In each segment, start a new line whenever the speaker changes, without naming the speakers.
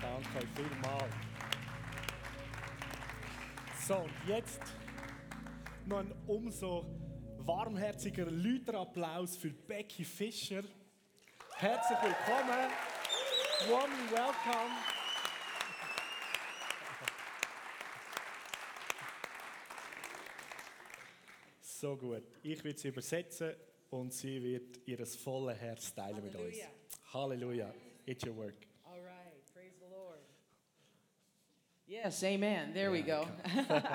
danke euch vielmals. So, und jetzt noch ein umso warmherziger Lüterapplaus für Becky Fischer. Herzlich willkommen. Warm welcome. So gut. Ich werde sie übersetzen und sie wird ihr volles Herz teilen mit uns.
Halleluja.
Halleluja. It's your work.
All right, praise the Lord. Yes, amen. There we go.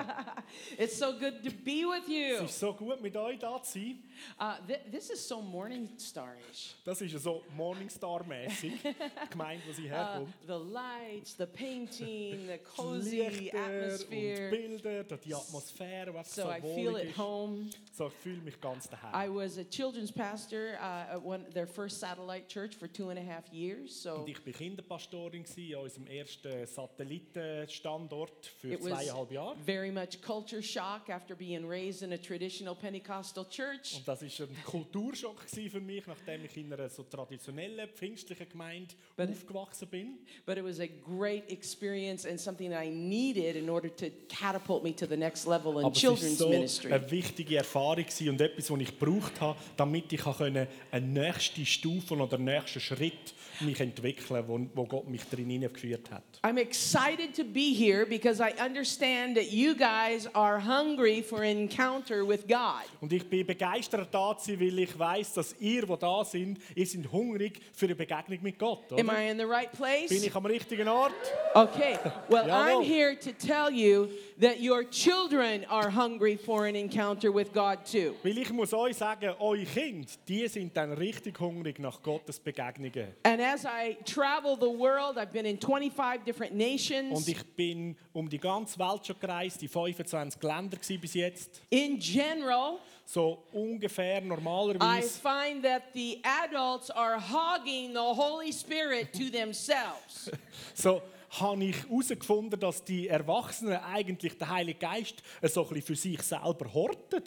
it's so good to be with you.
Es ist so gut, mit euch da zu sein.
Uh, th- this is so morning starish.
Das ist ja so Morningstar-mäßig, die Gemeinde, wo sie
Uh,
herkommt.
the lights, the painting, the cozy
Lichter und
atmosphere.
Bilder, da die Atmosphäre, was
So
so
I feel
wohlig
at
ist.
home.
So, ich fühle mich ganz
I
daheim.
was a children's pastor uh, at one, their first satellite church for two and a half years. So
Und ich war Kinderpastorin gewesen, an unserem ersten Satellitenstandort für
It was-
zweieinhalb Jahre.
very much culture shock after being raised in a traditional Pentecostal church.
Und das war ein Kulturschock gewesen für mich, nachdem ich in einer so traditionellen pfingstlichen Gemeinde
But-
aufgewachsen bin.
But it was a great experience and something I needed in order to catapult me to the next level in
Aber es war
children's
so
ministry.
eine wichtige Erfahrung gewesen und etwas, was ich gebraucht habe, damit ich konnte eine nächste Stufe oder einen nächsten Schritt mich entwickeln wo, wo Gott mich drin hineingeführt hat.
I'm excited to be here because I understand that you guys are hungry for encounter with God.
Und ich bin begeistert da, zu sein, weil ich weiß, dass ihr, die da sind, ihr seid hungrig für eine Begegnung mit Gott.
Am
Oder?
I in the right
Bin
place?
ich am richtigen Ort?
Okay. Well,
Jawohl.
I'm here to tell you that your children are hungry for an encounter with God too.
Weil ich muss euch sagen, eure Kinder, die sind dann richtig hungrig nach Gottes Begegnungen.
And as I travel the world, I've been in 25 different
Und
nations.
ich bin um die ganze Welt schon gereist, die 25 Länder gewesen bis jetzt.
In general,
So ungefähr
I
normalerweise
find that the adults are hogging the Holy Spirit to themselves.
so habe ich herausgefunden, dass die Erwachsenen eigentlich den Heiligen Geist so ein bisschen für sich selber horten.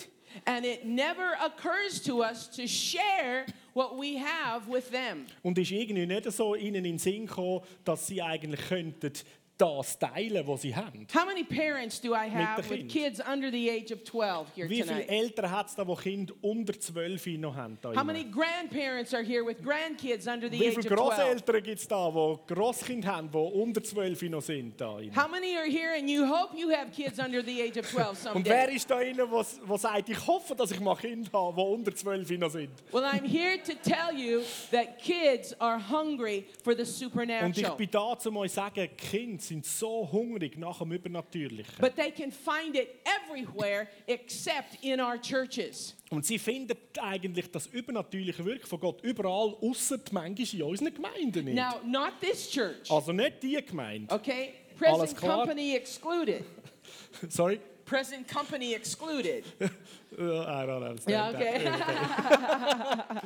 and it never occurs to us to share what we have with them.
Und ist irgendwie nicht so ihnen in den Sinn gekommen, dass sie eigentlich könnten das teilen, was sie haben.
How many parents do I have
den
with
Kind.
kids under the age of 12 here
Wie viele
tonight?
Eltern hat es da, die Kinder unter 12 noch haben? Da
How
innen?
many grandparents are here with grandkids under the
Wie
age of
viele
12?
Grosseltern gibt es da, die Grosskinder haben, die unter 12 noch sind? Da innen?
How many are here and you hope you have kids under the age of 12
Und wer
someday?
ist da innen, was, was sagt, ich hoffe, dass ich mal Kinder habe, die unter 12 noch sind?
Well, I'm here to tell you that kids are hungry for the
Und ich
supernatural.
bin da, um euch zu sagen, die Kinder sind so hungrig nach dem Übernatürlichen.
But they can find it everywhere except in our churches.
Und sie finden eigentlich das übernatürliche Wirken von Gott überall, außer manchmal in unseren Gemeinden nicht.
Now, not this church,
Also nicht die Gemeinde.
okay?
Alles
Present
klar.
company excluded.
Sorry.
Present company excluded.
Uh, I don't understand
Yeah,
that.
okay.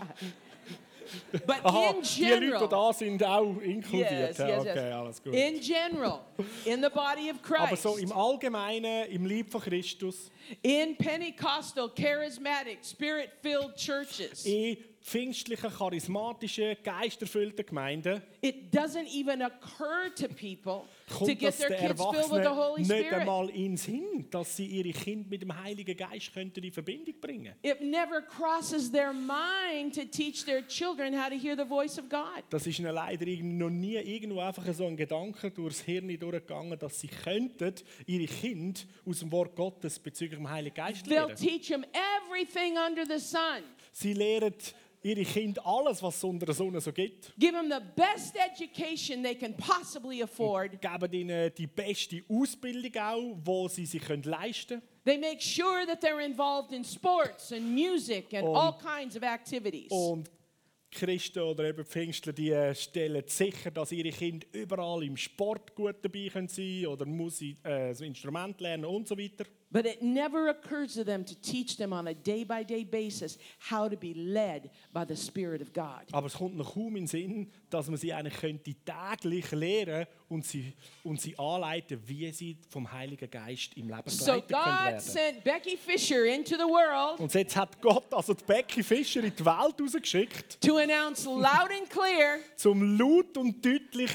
but
Aha,
in
die Leute, die
general,
da sind, auch inkludiert.
yes, yes,
Ja,
yes.
okay, alles gut.
In general, in the body of
Aber
Christ,
Oh, so im Allgemeinen, im Lieb von Christus,
in Pentecostal, charismatic, spirit-filled churches,
in pfingstlichen, charismatischen, geisterfüllten Gemeinden,
it doesn't even occur to people to
kommt
get
das
their
den
kids filled with the Holy
Erwachsenen nicht
Spirit.
einmal in den Sinn, dass sie ihre Kinder mit dem Heiligen Geist könnten in Verbindung bringen
It never crosses their mind to teach their children how to hear the voice of God.
Das ist ihnen leider irgendwie noch nie irgendwo einfach so ein Gedanke durchs Hirn durchgegangen, dass sie könnten ihre Kinder aus dem Wort Gottes bezüglich dem Heiligen Geist
They'll
lehren.
teach them everything under the sun.
Sie lehren ihre Kinder alles, was es unter der Sonne so gibt.
Give them the best education they can possibly afford.
Geben ihnen die beste Ausbildung auch, wo sie sich können leisten können.
They make sure that they're involved in sports and music and
Und-
all kinds of activities.
Und Christen oder eben Pfingstler, die äh, stellen sicher, dass ihre Kinder überall im Sport gut dabei können sein oder Musik, äh, das Instrument lernen und so weiter.
But it never occurs to them to teach them on a day by day basis how to be led by the Spirit of God.
Aber es kommt noch kaum in den Sinn, dass man sie eigentlich könnte täglich lehren und sie, und sie anleiten, wie sie vom Heiligen Geist im Leben
So
geleitet können
God
werden.
sent Becky Fisher into the world
Und jetzt hat Gott also die Becky Fischer in die Welt rausgeschickt,
to announce loud and clear
um laut und deutlich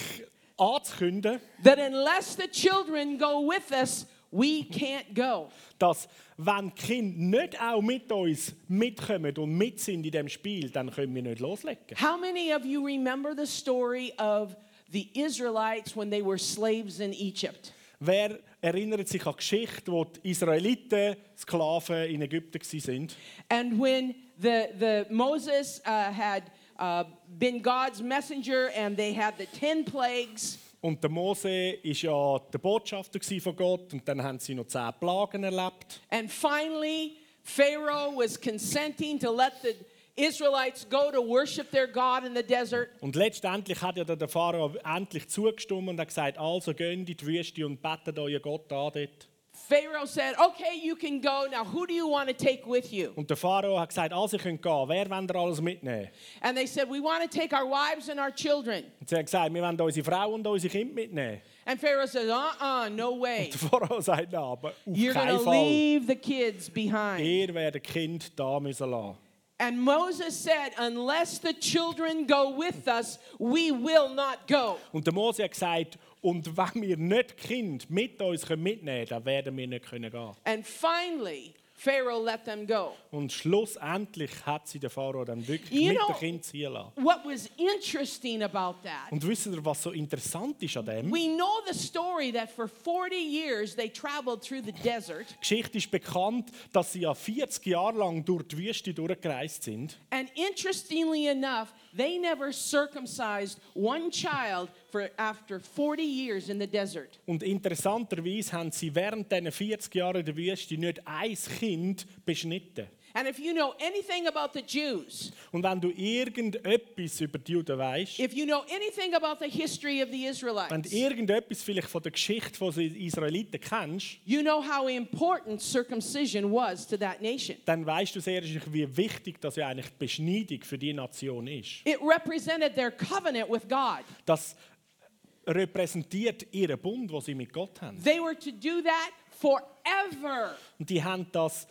anzukünden,
that unless the children go with us, we can't go.
dass wenn die Kinder nicht auch mit uns mitkommen und mit sind in dem Spiel, dann können wir nicht loslegen.
How many of you remember the story of the Israelites when they were slaves in Egypt?
Wer erinnert sich an die Geschichte, wo die Israeliten Sklaven in Ägypten waren?
And when the, the Moses uh, had uh, been God's messenger and they had the 10 plagues,
Und der Mose war ja der Botschafter gewesen von Gott und dann haben sie noch zehn Plagen erlebt.
and finally Pharaoh was consenting to let the Israelites go to worship their God in the desert.
Und letztendlich hat ja dann der Pharao endlich zugestimmt und hat gesagt, also geht in die Wüste und betet euren Gott an dort.
Pharaoh said, Okay, you can go. Now, who do you want to take with you?
Und der Pharao hat gesagt, also ihr könnt gehen, wer wollt ihr alles mitnehmen?
And they said, We want to take our wives and our children.
Und sie hat gesagt, wir wollen unsere Frau und unsere Kinder mitnehmen.
And Pharaoh says, Uh uh no way.
Der Pharao sagt, nein, aber auf
You're going
keinen
to
Fall.
leave the kids behind.
Ihr werdet Kind da müssen lassen.
And Moses said, Unless the children go with us, we will not go.
Und der Mose hat gesagt, und wenn wir nicht Kind mit uns können mitnehmen können, dann werden wir nicht können gehen.
And finally, Pharaoh let them go.
Und schlussendlich hat sie den Pharao dann wirklich
You
mit
know-
dem Kind ziehen lassen.
What was interesting about that,
Und wisst ihr, was so interessant ist an dem?
we know the story that for 40 years they traveled through the desert.
Die Geschichte ist bekannt, dass sie ja 40 Jahre lang durch die Wüste durchgereist sind.
And interestingly enough, they never circumcised one child for after 40 years in the desert.
Und interessanterweise haben sie während diesen 40 Jahren in der Wüste nicht ein Kind beschnitten.
And if you know anything about the Jews,
Und wenn du irgendetwas über die Juden weißt,
if you know anything about the history of the
wenn du
Israelites,
irgendetwas vielleicht von der Geschichte von den Israeliten kennst,
you know how important circumcision was to that nation.
dann weißt du sehr sicher, wie wichtig das ja eigentlich die Beschneidung für die Nation ist.
It represented their covenant with God.
Das repräsentiert ihren Bund, den sie mit Gott haben.
They were to do that forever.
Und die haben das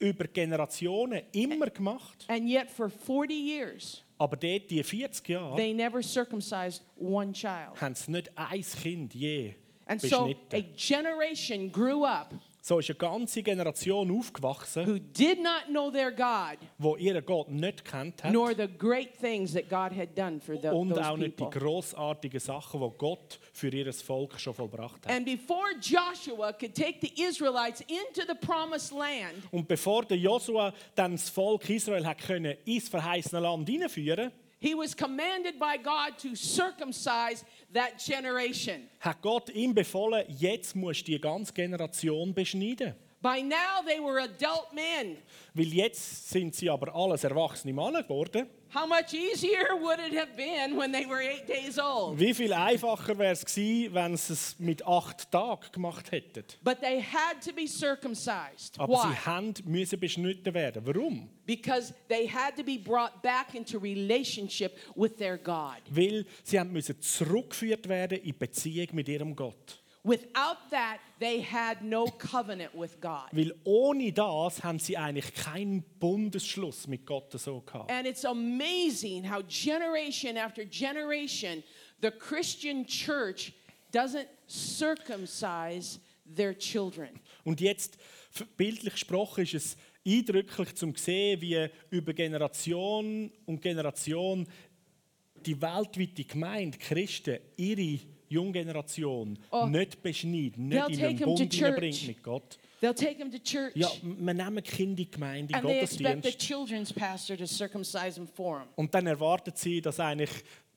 über Generationen immer gemacht.
And yet, for 40 years,
Aber dort, die 40 Jahre,
they never circumcised one child.
haben sie nicht ein Kind je
And so, a
beschnitten.
generation grew up
So ist eine ganze Generation aufgewachsen,
who did not know their God,
die ihren Gott nicht kennt hat
nor the great things that God had done for tho-
und auch
those
nicht die
people.
grossartigen Sachen, die Gott für ihr Volk schon vollbracht hat.
And before Joshua could take the Israelites into the promised land,
Und bevor der Josua dann das Volk Israel hat können ins verheißene Land hineinführen,
he was commanded by God to circumcise that generation.
hat Gott ihm befohlen, jetzt musst du die ganze Generation beschneiden.
By now, they were adult men.
Weil jetzt sind sie aber alles erwachsene Männer geworden.
How much easier would it have been when they were eight days old?
Wie viel einfacher wäre es gewesen, wenn sie es mit acht Tagen gemacht hätten?
But they had to be circumcised.
Aber
Why?
sie haben müssen beschnitten werden. Warum?
Because they had to be brought back into relationship with their God.
Weil sie haben müssen zurückgeführt werden in die Beziehung mit ihrem Gott.
Without that, they had no covenant with God.
Weil ohne das haben sie eigentlich keinen Bundesschluss mit Gott so gehabt.
And it's amazing how generation after generation, the Christian church doesn't circumcise their children.
Und jetzt, f- bildlich gesprochen, ist es eindrücklich zum sehen, wie über Generation und Generation die weltweite Gemeinde, die Christen, ihre Junggeneration
Oh,
nicht beschneidet, nicht
they'll
in
take
den
'em to
Bund hineinbringt
church.
mit Gott.
They'll take them to church
Ja, m- wir nehmen die Kinder in die Gemeinde, in
and they expect the
Gottesdienst.
children's pastor to circumcise them for them.
Und dann erwartet sie, dass eigentlich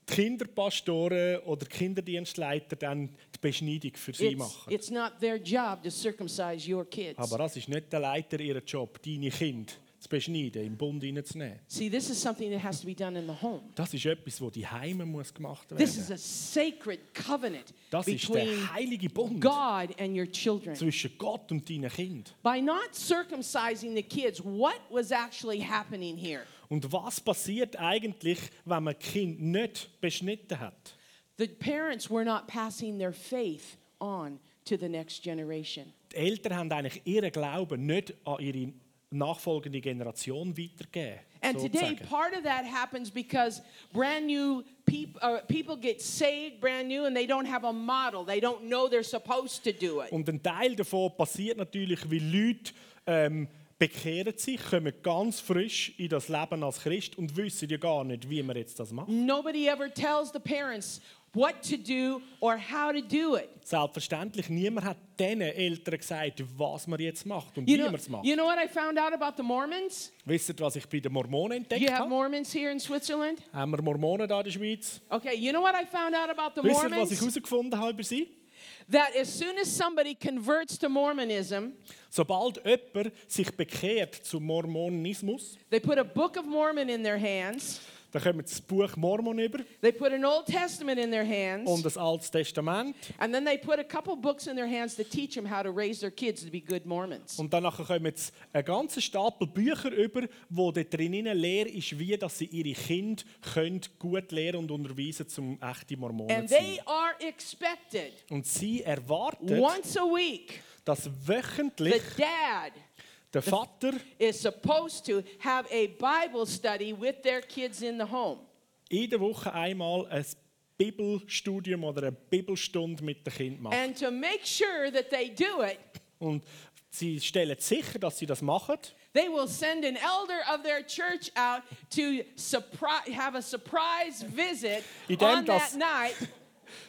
die Kinderpastoren oder die Kinderdienstleiter dann die Beschneidung für sie
It's,
machen.
it's not their job to circumcise your kids.
Aber das ist nicht der Leiter ihrer Job, deine Kinder zu beschneiden, im Bund hineinzunehmen.
See, this is something that has to be done in the home.
Das ist etwas, wo die Heime muss gemacht werden.
This is a sacred covenant
das ist
between
der heilige Bund
God and your children.
zwischen Gott und deinen Kind.
By not circumcising the kids, what was actually happening here?
Und was passiert eigentlich, wenn man Kind nicht beschnitten hat?
The parents were not passing their faith on to the next generation.
Die Eltern haben eigentlich ihren Glauben nicht an ihre nachfolgende Generation weitergeben.
And today,
sozusagen.
part of that happens because brand new peop- uh, people get saved brand new and they don't have a model. They don't know they're supposed to do it.
Und ein Teil davon passiert natürlich, wie Leute ähm, bekehren sich, kommen ganz frisch in das Leben als Christ und wissen ja gar nicht, wie man jetzt das macht.
Nobody ever tells the parents what to do or how to do it.
Selbstverständlich, niemand hat diesen Eltern gesagt, was man jetzt macht und
You
wie
know,
man es macht.
you know what I found out about the Mormons?
Wisst ihr, was ich bei den Mormonen entdeckt
You have
habe?
Mormons here in Switzerland?
Haben wir Mormonen da in der Schweiz?
Okay, you know what I found out about the
Wisst ihr, was ich
Mormons?
herausgefunden habe über sie?
That as soon as somebody converts to Mormonism,
Sobald jemand sich bekehrt zum Mormonismus,
they put a Book of Mormon in their hands,
dann kommt das Buch Mormon über
they put an Old Testament in their hands.
und das Altes Testament.
And then they put a couple books in their hands to teach them how to raise their kids to be good Mormons.
Und danach kommen jetzt einen ganzen Stapel Bücher über, wo da drinnen leer ist, wie dass sie ihre Kinder können gut lehren und unterweisen zum echten Mormonen
And
zu sein.
they are expected
Und sie erwartet,
once a week,
dass
the
wöchentlich
dad
der Vater
is supposed to have a Bible study with their kids in the home.
in der Woche einmal ein Bibelstudium oder eine Bibelstunde mit dem Kind macht.
And to make sure that they do it,
Und sie stellen sicher, dass sie das machen.
they will send an elder of their church out to surpri- have a surprise visit
You damn
on that
does-
night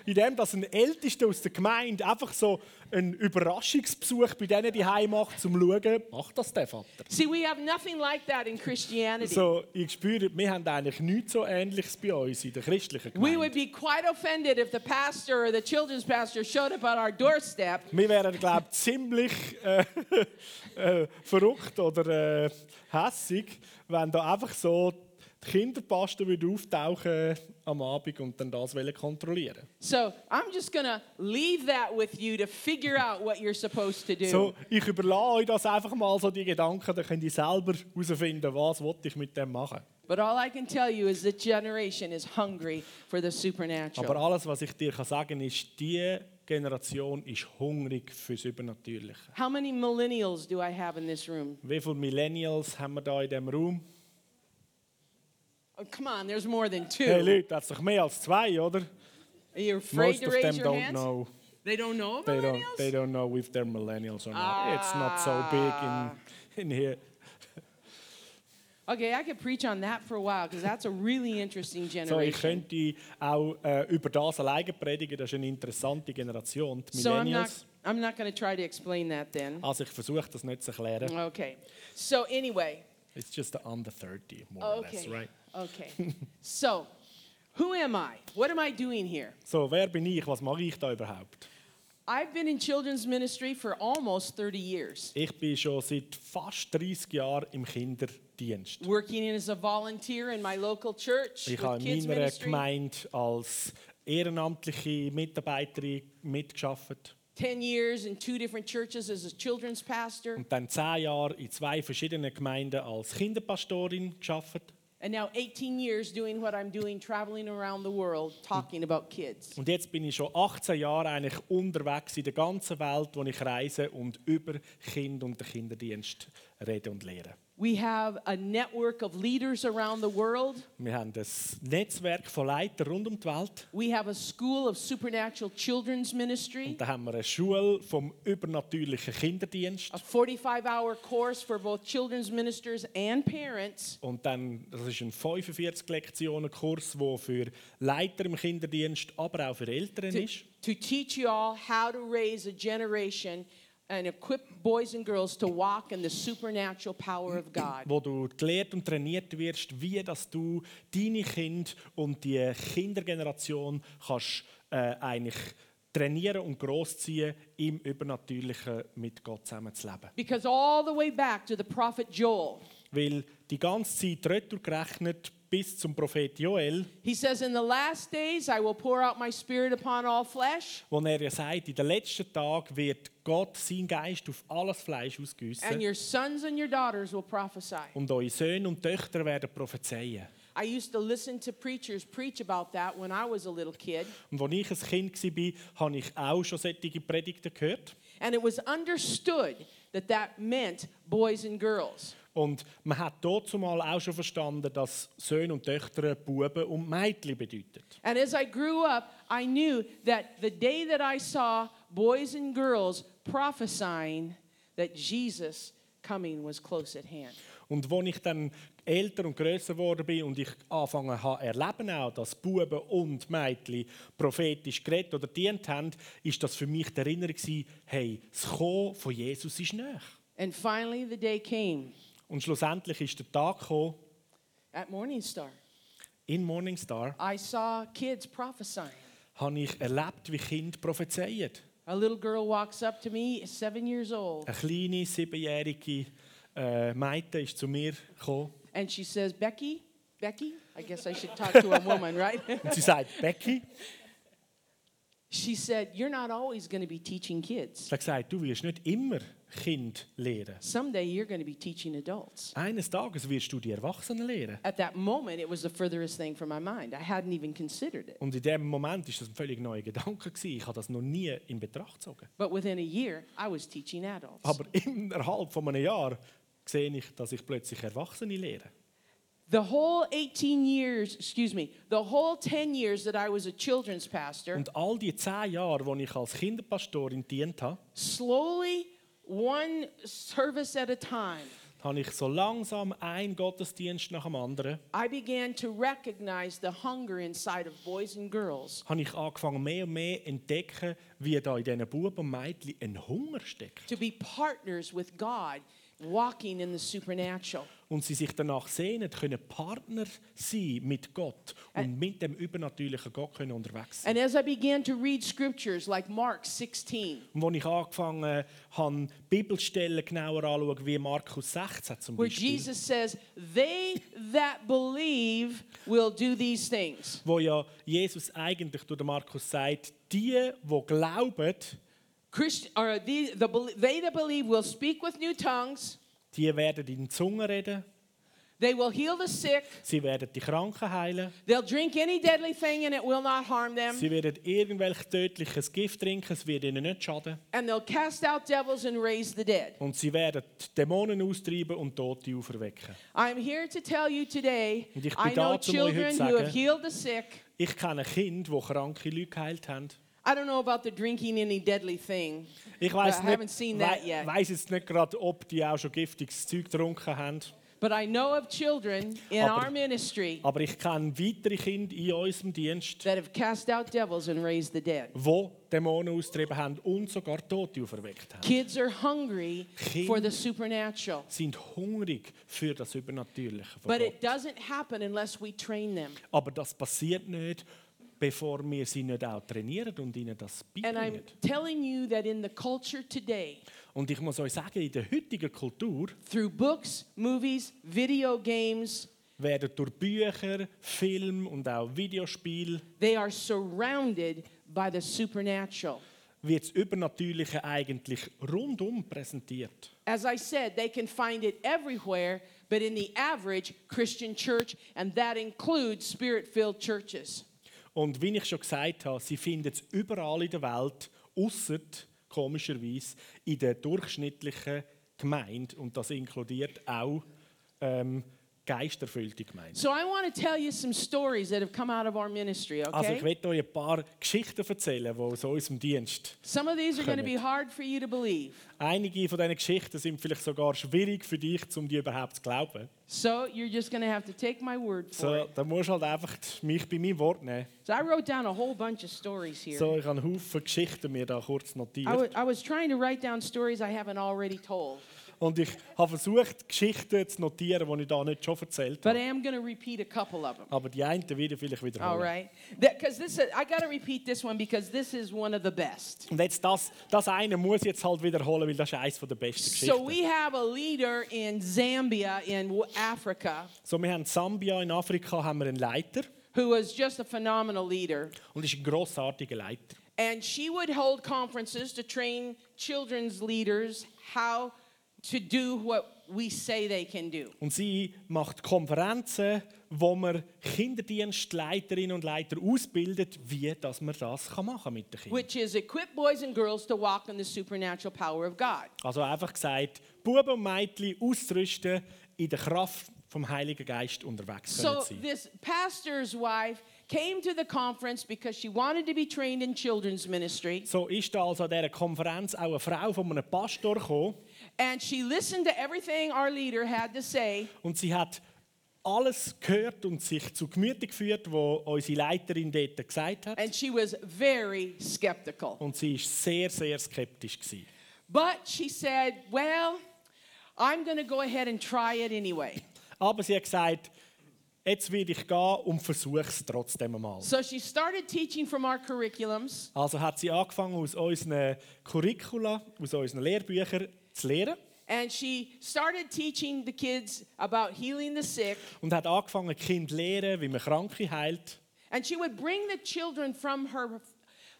Indem dass ein Ältester aus der Gemeinde einfach so einen Überraschungsbesuch bei denen die Heim macht, um zu schauen, macht das der Vater?
See, we have nothing like that in Christianity.
So, ich spüre, wir haben eigentlich nichts so Ähnliches bei uns in der christlichen
We would
Gemeinde.
be quite offended if the pastor or the children's pastor showed up at our doorstep
Wir wären, glaube ich, ziemlich äh, äh, verrückt oder äh, hässig, wenn da einfach so die Kinderpaste würde auftauchen am Abend und dann das wollen kontrollieren
So I'm just going to leave that with you to figure out what you're supposed to do.
So, ich überlasse euch das einfach mal so, die Gedanken, dann könnt ihr selber herausfinden, was will ich mit dem machen
but all I can tell you is that generation is hungry for the supernatural.
Aber alles, was ich dir kann sagen kann, ist, die Generation ist hungrig fürs Übernatürliche.
How many millennials do I have in this room?
Wie viele Millennials haben wir da in diesem Raum?
Oh, come on, there's more than two.
Hey Leute, das ist doch mehr als zwei, oder?
Are you afraid
Most
to
of them
raise your
don't
hands?
know.
They don't know of
They
millennials? Ah.
don't, they don't know if they're millennials or not. It's not so big in, in here.
Okay, I could preach on that for a while because that's a really interesting
So, ich
generation.
könnte auch äh, über das alleine predigen. Das ist eine interessante Generation, die
so I'm not,
Millennials.
I'm not going to try to explain that then.
Also ich versuche das nicht zu erklären.
Okay. So anyway,
It's just the under 30, more or less,
okay.
Oh, right?
Okay. so, who am I? What am I doing here?
So, wer bin ich? Was mache ich da überhaupt?
I've been in children's ministry for almost 30 years,
Ich bin schon seit fast 30 Jahren im Kinderdienst.
working as a volunteer in my local church
Ich
with
habe
kids
in meiner
ministry.
Gemeinde als ehrenamtliche Mitarbeiterin mitgeschafft
10 years in two different churches as a children's pastor,
und dann zehn Jahre in zwei verschiedenen Gemeinden als Kinderpastorin geschafft
and now 18 years doing what I'm doing, traveling around the world talking about kids.
und jetzt bin ich schon 18 Jahre eigentlich unterwegs in der ganzen Welt, wo ich reise und über Kind und den Kinderdienst rede und lehre.
We have a network of leaders around the world.
Wir haben ein Netzwerk von Leitern rund um die Welt.
We have a school of supernatural children's ministry.
Und da haben wir eine Schule vom übernatürlichen Kinderdienst.
a 45 hour course for both children's ministers and parents.
Und dann, das ist ein 45-Lektionen-Kurs, der für Leiter im Kinderdienst, aber auch für Eltern
To,
ist,
to teach you all how to raise a generation and equip boys and girls to walk in the supernatural power of God.
wo du gelehrt und trainiert wirst, wie dass du deine Kinder und die Kindergeneration kannst, äh, eigentlich trainieren und großziehen im Übernatürlichen mit Gott zusammenzuleben.
Because all the way back to the prophet Joel,
Weil die ganze Zeit retour gerechnet bis zum Prophet Joel,
he says, In the last days I will pour out my spirit upon all flesh,
wo er ja sagt, in den letzten Tagen wird Gott seinen Geist auf alles Fleisch ausgüssen.
and your sons and your daughters will prophesy.
Und eure Söhne und Töchter werden prophezeien.
I used to listen to preachers preach about that when I was a little kid.
Und als ich ein Kind war, habe ich auch schon solche Predigten gehört.
And it was understood that that meant boys and girls.
Und man hat dort auch schon verstanden, dass Söhne und Töchter Buben und Mädchen bedeutet.
And as I grew up, I knew that the day that I saw boys and girls prophesying that Jesus' coming was close at hand.
Und als ich dann älter und größer geworden bin und ich anfangen habe erleben auch, dass Buben und Mädchen prophetisch geredet oder dient haben, ist das für mich die Erinnerung gewesen, hey, das Kommen von Jesus ist näher.
And finally, the day came
Und schlussendlich ist der Tag gekommen,
at Morningstar.
in Morningstar,
I saw kids prophesying.
habe ich erlebt, wie Kinder prophezeien.
A little girl walks up to me, seven years old,
Eine kleine, siebenjährige äh, Mädchen ist zu mir gekommen
and she says, Becky, Becky, I guess I should talk to a woman, right?
und sie sagt, Becky,
she said, You're not always going to be teaching kids.
sie hat gesagt, du wirst nicht immer Kind lehren.
Someday you're going to be teaching adults.
Eines Tages wirst du die Erwachsenen lehren.
At that moment, it was the furthest thing from my mind. I hadn't even considered it.
Und in dem Moment war das ein völlig neuer Gedanke. gewesen. Ich habe das noch nie in Betracht gezogen.
But within a year, I was teaching adults.
Aber innerhalb von einem Jahr sehe ich, dass ich plötzlich Erwachsene lehre.
The whole 18 years, excuse me, the whole 10 years that I was a children's pastor,
Und all die zehn Jahre, wo ich als Kinderpastorin dient habe,
slowly, one service at a time,
habe ich so langsam einen Gottesdienst nach dem anderen,
I began to recognize the hunger inside of boys and girls
habe ich angefangen mehr und mehr entdecken, wie da in diesen Buben und Mädchen ein Hunger steckt.
to be partners with God, walking in the supernatural.
Und sie sich danach sehnen, können Partner sein mit Gott und mit dem übernatürlichen Gott können unterwegs sein.
And as I began to read scriptures like Mark 16,
Und als ich angefangen habe, Bibelstellen genauer anzuschauen, wie Markus 16 zum
where
Beispiel,
Jesus says, They that believe will do these things.
wo ja Jesus eigentlich durch den Markus sagt, die, die glauben,
Christ, or the, the, bel- they that believe will speak with new tongues,
die werden in Zungen reden,
they will heal the sick,
sie werden die Kranken heilen,
they'll drink any deadly thing and it will not harm them,
sie werden irgendwelches tödliches Gift trinken, es wird ihnen nicht schaden.
and they'll cast out devils and raise the dead.
Und sie werden Dämonen austreiben und Tote auferwecken.
I'm here to tell you today,
Und ich bin
I know
da, um euch heute
children
zu
who have
sagen-
healed the sick.
Ich kenne Kinder, die kranke Leute geheilt haben.
I don't know about the drinking any deadly thing.
Ich weiß
I haven't
nicht,
seen that
wei-
yet.
weiss jetzt nicht gerade, ob die auch schon giftiges Zeug getrunken haben.
But I know of children in
Aber-
our ministry
Aber ich kenne weitere Kinder in unserem Dienst,
that have cast out devils and raised the dead.
die Dämonen austrieben haben und sogar Tote auferweckt haben.
Kids are hungry for the supernatural,
Sind hungrig für das Übernatürliche. Von
but
Gott.
it doesn't happen unless we train them.
Aber das passiert nicht, bevor wir sie nicht auch trainieren und ihnen das
And I'm
beibringen.
telling you that in the culture today,
Und ich muss euch sagen, in der heutigen Kultur
through books, movies, video games,
werden durch Bücher, Film und auch Videospiel
they are surrounded by the supernatural.
wird das Übernatürliche eigentlich rundum präsentiert.
As I said, they can find it everywhere, but in the average Christian church, and that includes spirit filled churches.
Und wie ich schon gesagt habe, sie finden es überall in der Welt, außer komischerweise in der durchschnittlichen Gemeinde. Und das inkludiert auch ähm, geisterfüllte Gemeinden.
So I want to tell you some stories that have come out of our ministry,
Also ich
okay?
werde euch ein paar Geschichten erzählen, die aus unserem Dienst.
Some of these are going to
Correct.
be hard for you to believe.
Einige von diesen Geschichten sind vielleicht sogar schwierig für dich, um die überhaupt zu glauben.
So you're just going to have to take my word for
So,
it.
da musst du halt einfach mich bei meinem Wort nehmen.
So I wrote down a whole bunch of stories here.
So, ich habe einen Haufen Geschichten mir da kurz
I
notiert.
wa- I was trying to write down stories I haven't already told,
Und ich habe versucht, Geschichten zu notieren, die ich da nicht schon erzählt
but
habe.
I am going to repeat a couple of them.
Aber die einen wieder vielleicht wiederholen.
All right, because this is, I got to repeat this one because this is one of the best.
Und jetzt das, das eine muss ich jetzt halt wiederholen, weil das ist eines der besten Geschichten.
So we have a leader in Zambia in w- Africa
so, wir haben in Sambia in Afrika haben wir einen Leiter
who was just a phenomenal leader,
und ist ein grossartiger Leiter.
and she would hold conferences to train children's leaders how to do what we say they can do.
Und sie macht Konferenzen, wo man Kinderdienstleiterinnen und Leiter ausbildet, wie dass man das kann machen mit den Kindern.
which is equip boys and girls to walk in the supernatural power of God.
Also einfach gesagt, Buben und Mädchen ausrüsten, in der Kraft vom Heiligen Geist unterwegs können
So
zu sein.
this pastor's wife came to the conference because she wanted to be trained in children's ministry
So ist da also an dieser Konferenz auch eine Frau von einem Pastor gekommen
and she listened to everything our leader had to say
und sie hat alles gehört und sich zu Gemüte geführt, was unsere Leiterin dort gesagt hat.
and she was very skeptical.
Und sie war sehr, sehr skeptisch. Gewesen.
But she said, "Well, I'm going to go ahead and try it anyway."
Aber sie hat gesagt, jetzt will ich gehen und versuche es trotzdem mal.
So she started teaching from our curriculums
Also hat sie angefangen, aus unseren Curricula, aus unseren Lehrbüchern zu lehren
and she started teaching the kids about healing the sick
und hat angefangen, Kind zu lehren, wie man Kranke heilt.
And she would bring the children from her.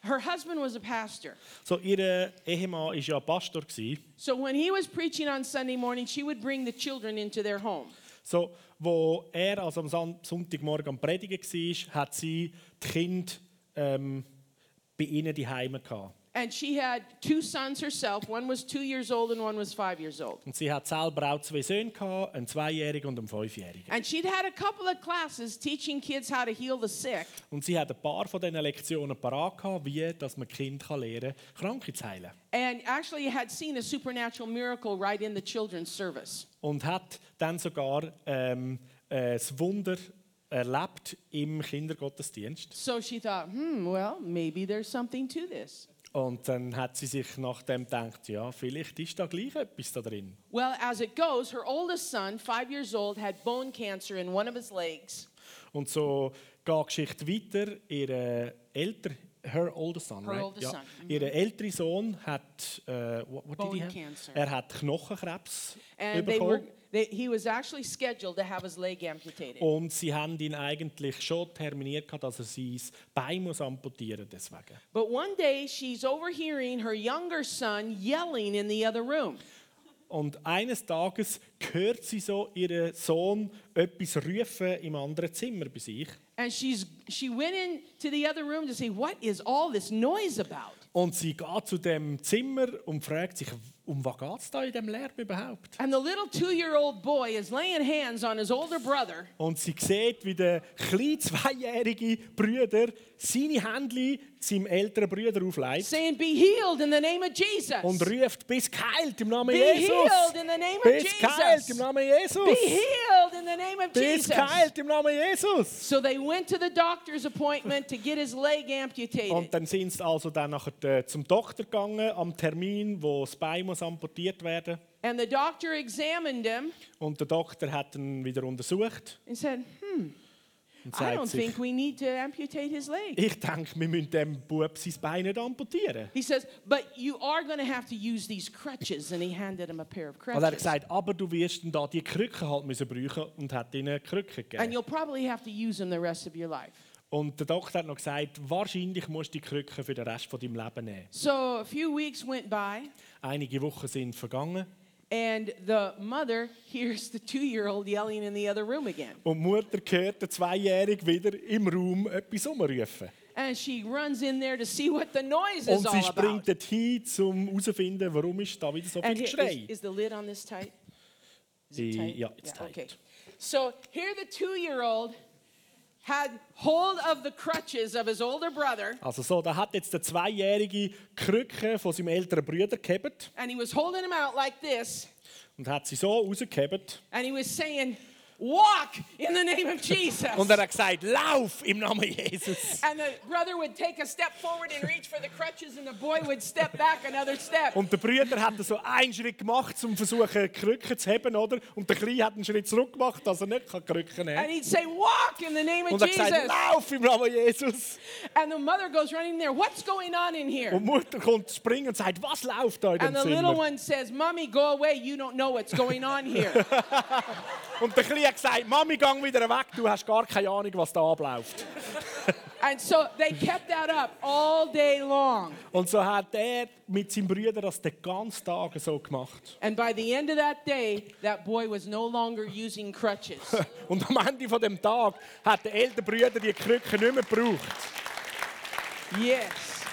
Her husband was a pastor.
So, ihr äh, Ehemann war ja Pastor. gewesen.
So when he was preaching on Sunday morning, she would bring the children into their home.
So, wo er also am Son- Sonntagmorgen am Predigen war, hat sie die Kinder ähm, bei ihnen die Heime gehabt.
And she had two sons herself. One was two years old and one was five years old.
Und sie hat selber auch zwei Söhne gehabt, einen Zweijährigen und einen Fünfjährigen.
And she'd had a couple of classes teaching kids how to heal the sick.
Und sie hat ein paar von diesen Lektionen parat gehabt, wie dass man Kind kann lernen kann, Kranke zu heilen.
And actually had seen a supernatural miracle right in the children's service.
Und hat dann sogar ähm, äh, das Wunder erlebt im Kindergottesdienst.
So she thought, hmm, well, maybe there's something to this.
Und dann hat sie sich nach dem gedacht, ja, vielleicht ist da gleich etwas da drin.
Well, as it goes, her oldest son, five years old, had bone cancer in one of his legs.
Und so geht die Geschichte weiter. Ihr älter, her oldest son,
Her
right?
oldest son, mhm.
Ihr älterer Sohn hat, äh, what, what did
Bone
he have?
cancer.
Er hat Knochenkrebs
And they were,
bekommen.
they, he was actually scheduled to have his leg amputated.
Und sie haben ihn eigentlich schon terminiert, gehabt, dass er sein Bein muss amputieren deswegen.
But one day she's overhearing her younger son yelling in the other room.
Und eines Tages hört sie so ihren Sohn etwas rufen im anderen Zimmer bei sich.
And she's, she went into the other room to see what is all this noise about.
Und sie geht zu dem Zimmer und fragt sich, um was geht es da in dem Lärm überhaupt?
And the little two year old boy is laying hands on his older brother
Und sie sieht, wie der kleine zweijährige Bruder seine Hände seinem älteren Bruder aufleitet
saying, Be healed in the name of Jesus.
und ruft, bis geheilt im Namen
Be
Jesus!
healed in the name of
Bis geheilt im
Jesus.
Namen
Be
Jesus!
healed in the name of
Bis
Jesus.
geheilt im Namen Jesus!
So they went to the doctor's appointment to get his leg amputated.
Und dann sind sie also dann nachher äh, zum Doktor gegangen, am Termin, wo das Bein muss amputiert werden
And the doctor examined him
Und der Doktor hat ihn wieder untersucht
and said, hmm,
und
I
sagt
don't
sich,
think we need to amputate his leg.
ich denke, wir müssen dem Bub sein Bein nicht amputieren.
He says, but you are going to have to use these crutches. And he handed him a pair of
Und er hat
crutches.
gesagt, aber du wirst ihn da die Krücken halt müssen brauchen und hat ihnen Krücken
And
gegeben.
you'll probably have to use them the rest of your life.
Und der Doktor hat noch gesagt, wahrscheinlich musst du die Krücken für den Rest von deinem Leben nehmen.
So a few weeks went by,
Einige Wochen sind vergangen
and the mother hears the two year old yelling in the other room again.
und die Mutter hört den Zweijährigen wieder im Raum etwas umrufen.
And she runs in there to see what the noise
Und
is
sie
all
springt
about.
dorthin, um herauszufinden, warum ist da wieder so viel
And here,
Geschrei.
is, is the lid on this tight? Is
Die-
it tight?
ja, it's tight.
Okay. So here the two-year-old had hold of the crutches of his older brother,
Also so, da hat jetzt der Zweijährige die Krücken von seinem älteren Bruder gehabt
and he was holding him out like this,
und hat sie so rausgehabt.
and he was saying, "Walk in the name of Jesus."
Und er hat gesagt, lauf im Namen Jesus.
and the brother would take a step forward and reach for the crutches, and the boy would step back another step.
Und der Brüder hat so einen Schritt gemacht, um versuchen, Krücken zu heben, oder? Und der Kleine hat einen Schritt zurück gemacht, dass er nicht kann Krücken nehmen
And
kann.
he'd say, Walk in the name of
Und er hat gesagt,
Jesus.
lauf im Namen Jesus.
And the mother goes running in there. What's going on in here?
Und die Mutter kommt springen und sagt, was läuft da in
And
dem
the little
Zimmer?
one says, Mommy, go away. You don't know what's going on here.
Und der Kleine hat gesagt, Mami, gang wieder weg, du hast gar keine Ahnung, was da abläuft.
And so they kept that up all day long.
Und so hat er mit seinem Bruder das den ganzen Tag so gemacht.
And by the end of that day, that boy was no longer using crutches.
Und am Ende von dem Tag hat der ältere Bruder die Krücke nicht mehr gebraucht.
yes,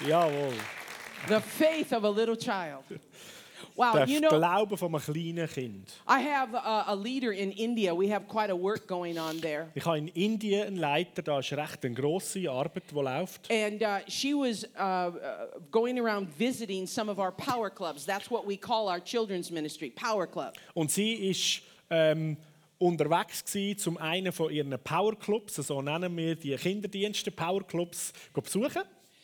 Jawohl.
the faith of a little child. Wow,
Der
Oh, you know,
Glaube von einem kleinen Kind.
I have a, a leader in India. We have quite a work going on there.
Ich habe in Indien einen Leiter, da ist recht eine grosse Arbeit, die läuft.
And uh, she was uh, uh, going around visiting some of our power clubs. That's what we call our children's ministry, power club.
Und sie ist ähm, unterwegs gewesen, zum einen von ihren Powerclubs, so nennen wir die Kinderdienste Powerclubs, zu besuchen.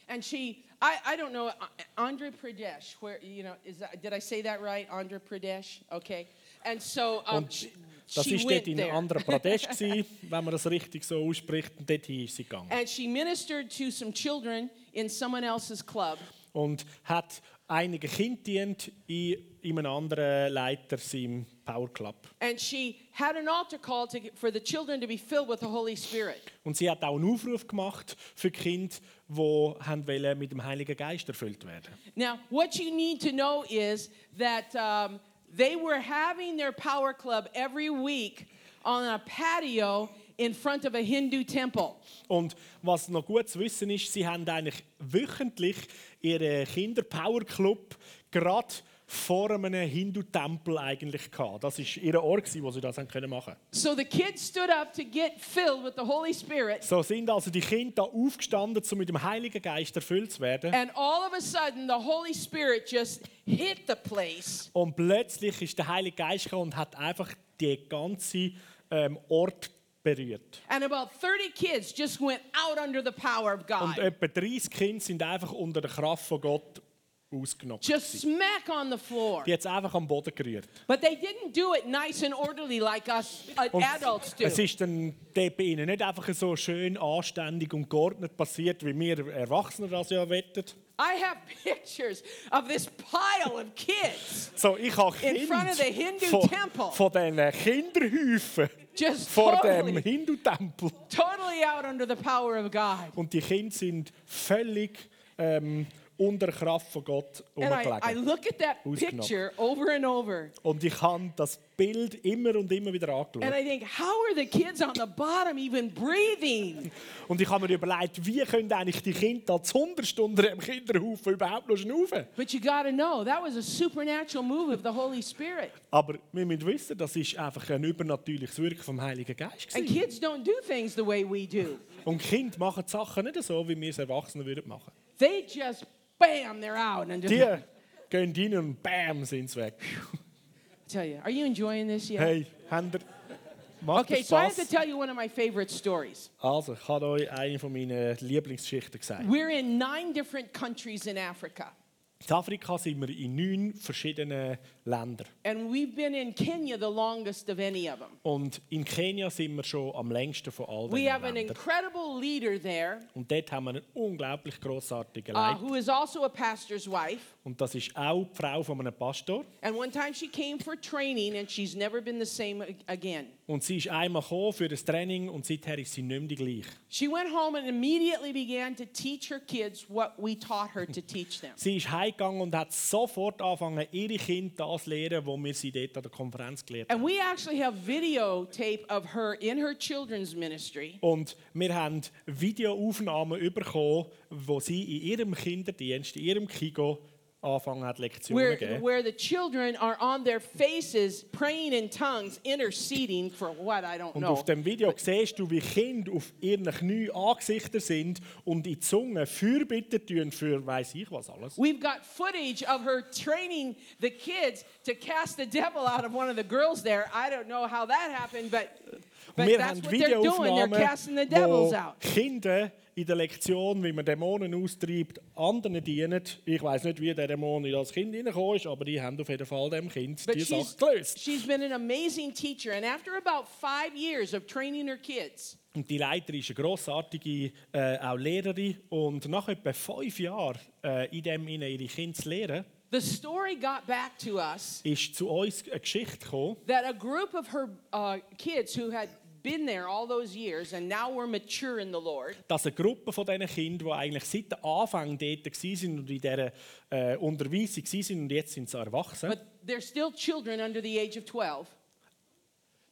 And she, I, I don't know, A- Andhra Pradesh, where, you know, is that, did I say that right? Andhra Pradesh? Okay. And so um,
Und
she,
das
she
war
went
dort in
there.
Andhra Pradesh, gewesen, wenn man das richtig so ausspricht. Und dorthin ist sie gegangen.
And she ministered to some children in someone else's club.
Und hat einige Kinder dient in, in einem anderen Leiter, seinem Powerclub.
And she had an altar call to, get- for the children to be filled with the Holy Spirit.
Und sie hat auch einen Aufruf gemacht für die Kinder, die haben wollen mit dem Heiligen Geist erfüllt werden
Now, what you need to know is that um, they were having their power club every week on a patio in front of a Hindu temple.
Und was noch gut zu wissen ist, sie haben eigentlich wöchentlich ihren Kinder-Power-Club gerade vor einem Hindu-Tempel eigentlich gehabt. Das war ihr Ort, gewesen, wo sie das haben können machen konnten.
So the kids stood up to get filled with the Holy Spirit,
So sind also die Kinder da aufgestanden, um mit dem Heiligen Geist erfüllt zu werden.
and all of a sudden, the Holy Spirit just hit the place.
Und plötzlich ist der Heilige Geist gekommen und hat einfach den ganzen ähm, Ort berührt.
And about 30 kids just went out under the power of
Und
God.
etwa 30 Kinder sind einfach unter der Kraft von Gott ausgenockt.
Just
gewesen.
smack on the floor.
Die hat es einfach am Boden gerührt.
But they didn't do it nice and orderly like us uh,
Und
adults do.
es ist dann dort bei ihnen nicht einfach so schön, anständig und geordnet passiert, wie wir Erwachsene das ja wettet.
I have pictures of this pile of kids
So, ich habe
In front
Kinder
of the Hindu
von,
temple.
von diesen Kinderhäufen
just
vor dem
totally,
Hindu-Tempel.
totally out under the power of God.
Und die Kinder sind völlig ähm, unter der Kraft von Gott
And I, I
umgelegen.
look at that
Who's knocking?
picture over and over,
Und ich habe das Bild immer und immer wieder angeschaut.
and I think, how are the kids on the bottom even breathing?
Und ich habe mir überlegt, wie können eigentlich die Kinder da zu 100 Stunden im Kinderhaufen überhaupt noch schnaufen?
But you got to know that was a supernatural move of the Holy Spirit,
Aber wir müssen wissen, das ist einfach ein übernatürliches Wirken vom Heiligen Geist.
and
gewesen.
kids don't do things the way we do.
Und Kinder machen die Sachen nicht so, wie wir es Erwachsene würden machen.
They just bam, they're out. And just,
Die gehen rein und bam, sind sie weg.
tell you, are you enjoying this yet?
Hey, habt ihr... Macht
okay,
okay,
so I have
Spaß?
to tell you one of my favorite stories.
also, ich habe euch eine von meinen Lieblingsgeschichten gesagt.
We're in nine different countries in Africa,
In Afrika sind wir in neun verschiedenen Ländern.
and we've been in Kenya the longest of any of them.
Und in Kenia sind wir schon am längsten von all den
We have an
Ländern.
incredible leader there
Und dort haben wir einen unglaublich grossartigen
uh,
Leiter.
who is also a pastor's wife.
Und das ist auch die Frau von einem Pastor.
And one time she came for training, and she's never been the same a- again.
Und sie ist einmal gekommen für das Training und seither ist sie nicht mehr die gleiche.
She went home and immediately began to teach her kids what we taught her to teach them.
Sie ist heimgegangen und hat sofort angefangen, ihre Kinder das zu lehren, was wir sie dort an der Konferenz gelehrt haben.
And we actually have videotape of her in her children's ministry.
Und wir haben Videoaufnahmen bekommen, wo sie in ihrem Kinderdienst, in ihrem Kigo, angefangen hat, Lektionen
Where,
zu geben.
where the children are on their faces praying in tongues, interceding for what I don't
Und
know.
auf dem Video siehst du, wie Kinder auf ihren Knien angesichter sind und in die Zunge Fürbitte tun für weiß ich was alles.
We've got footage of her training the kids to cast the devil out of one of the girls there. I don't know how that happened, but, but
wir
that's
haben
what they're doing. They're
Videoaufnahmen,
casting the devils
wo
out.
Kinder in der Lektion, wie man Dämonen austreibt, anderen dienen. Ich weiß nicht, wie der Dämon in das Kind hineingekommen ist, aber die haben auf jeden Fall dem Kind
But
die
she's,
Sache gelöst.
she's been an amazing teacher. And after about five years of training her kids,
Und die Leiterin ist eine grossartige äh, auch Lehrerin. Und nach etwa fünf Jahren, äh, in dem ihnen ihre Kinder zu lehren,
the story got back to us
ist zu uns eine Geschichte gekommen,
that a group of her uh, kids who had been there all those years and now we're mature in the Lord,
dass eine Gruppe von diesen Kindern, die eigentlich seit dem Anfang dort waren und in dieser äh, Unterweisung waren und jetzt sind sie erwachsen,
but they're still children under the age of 12.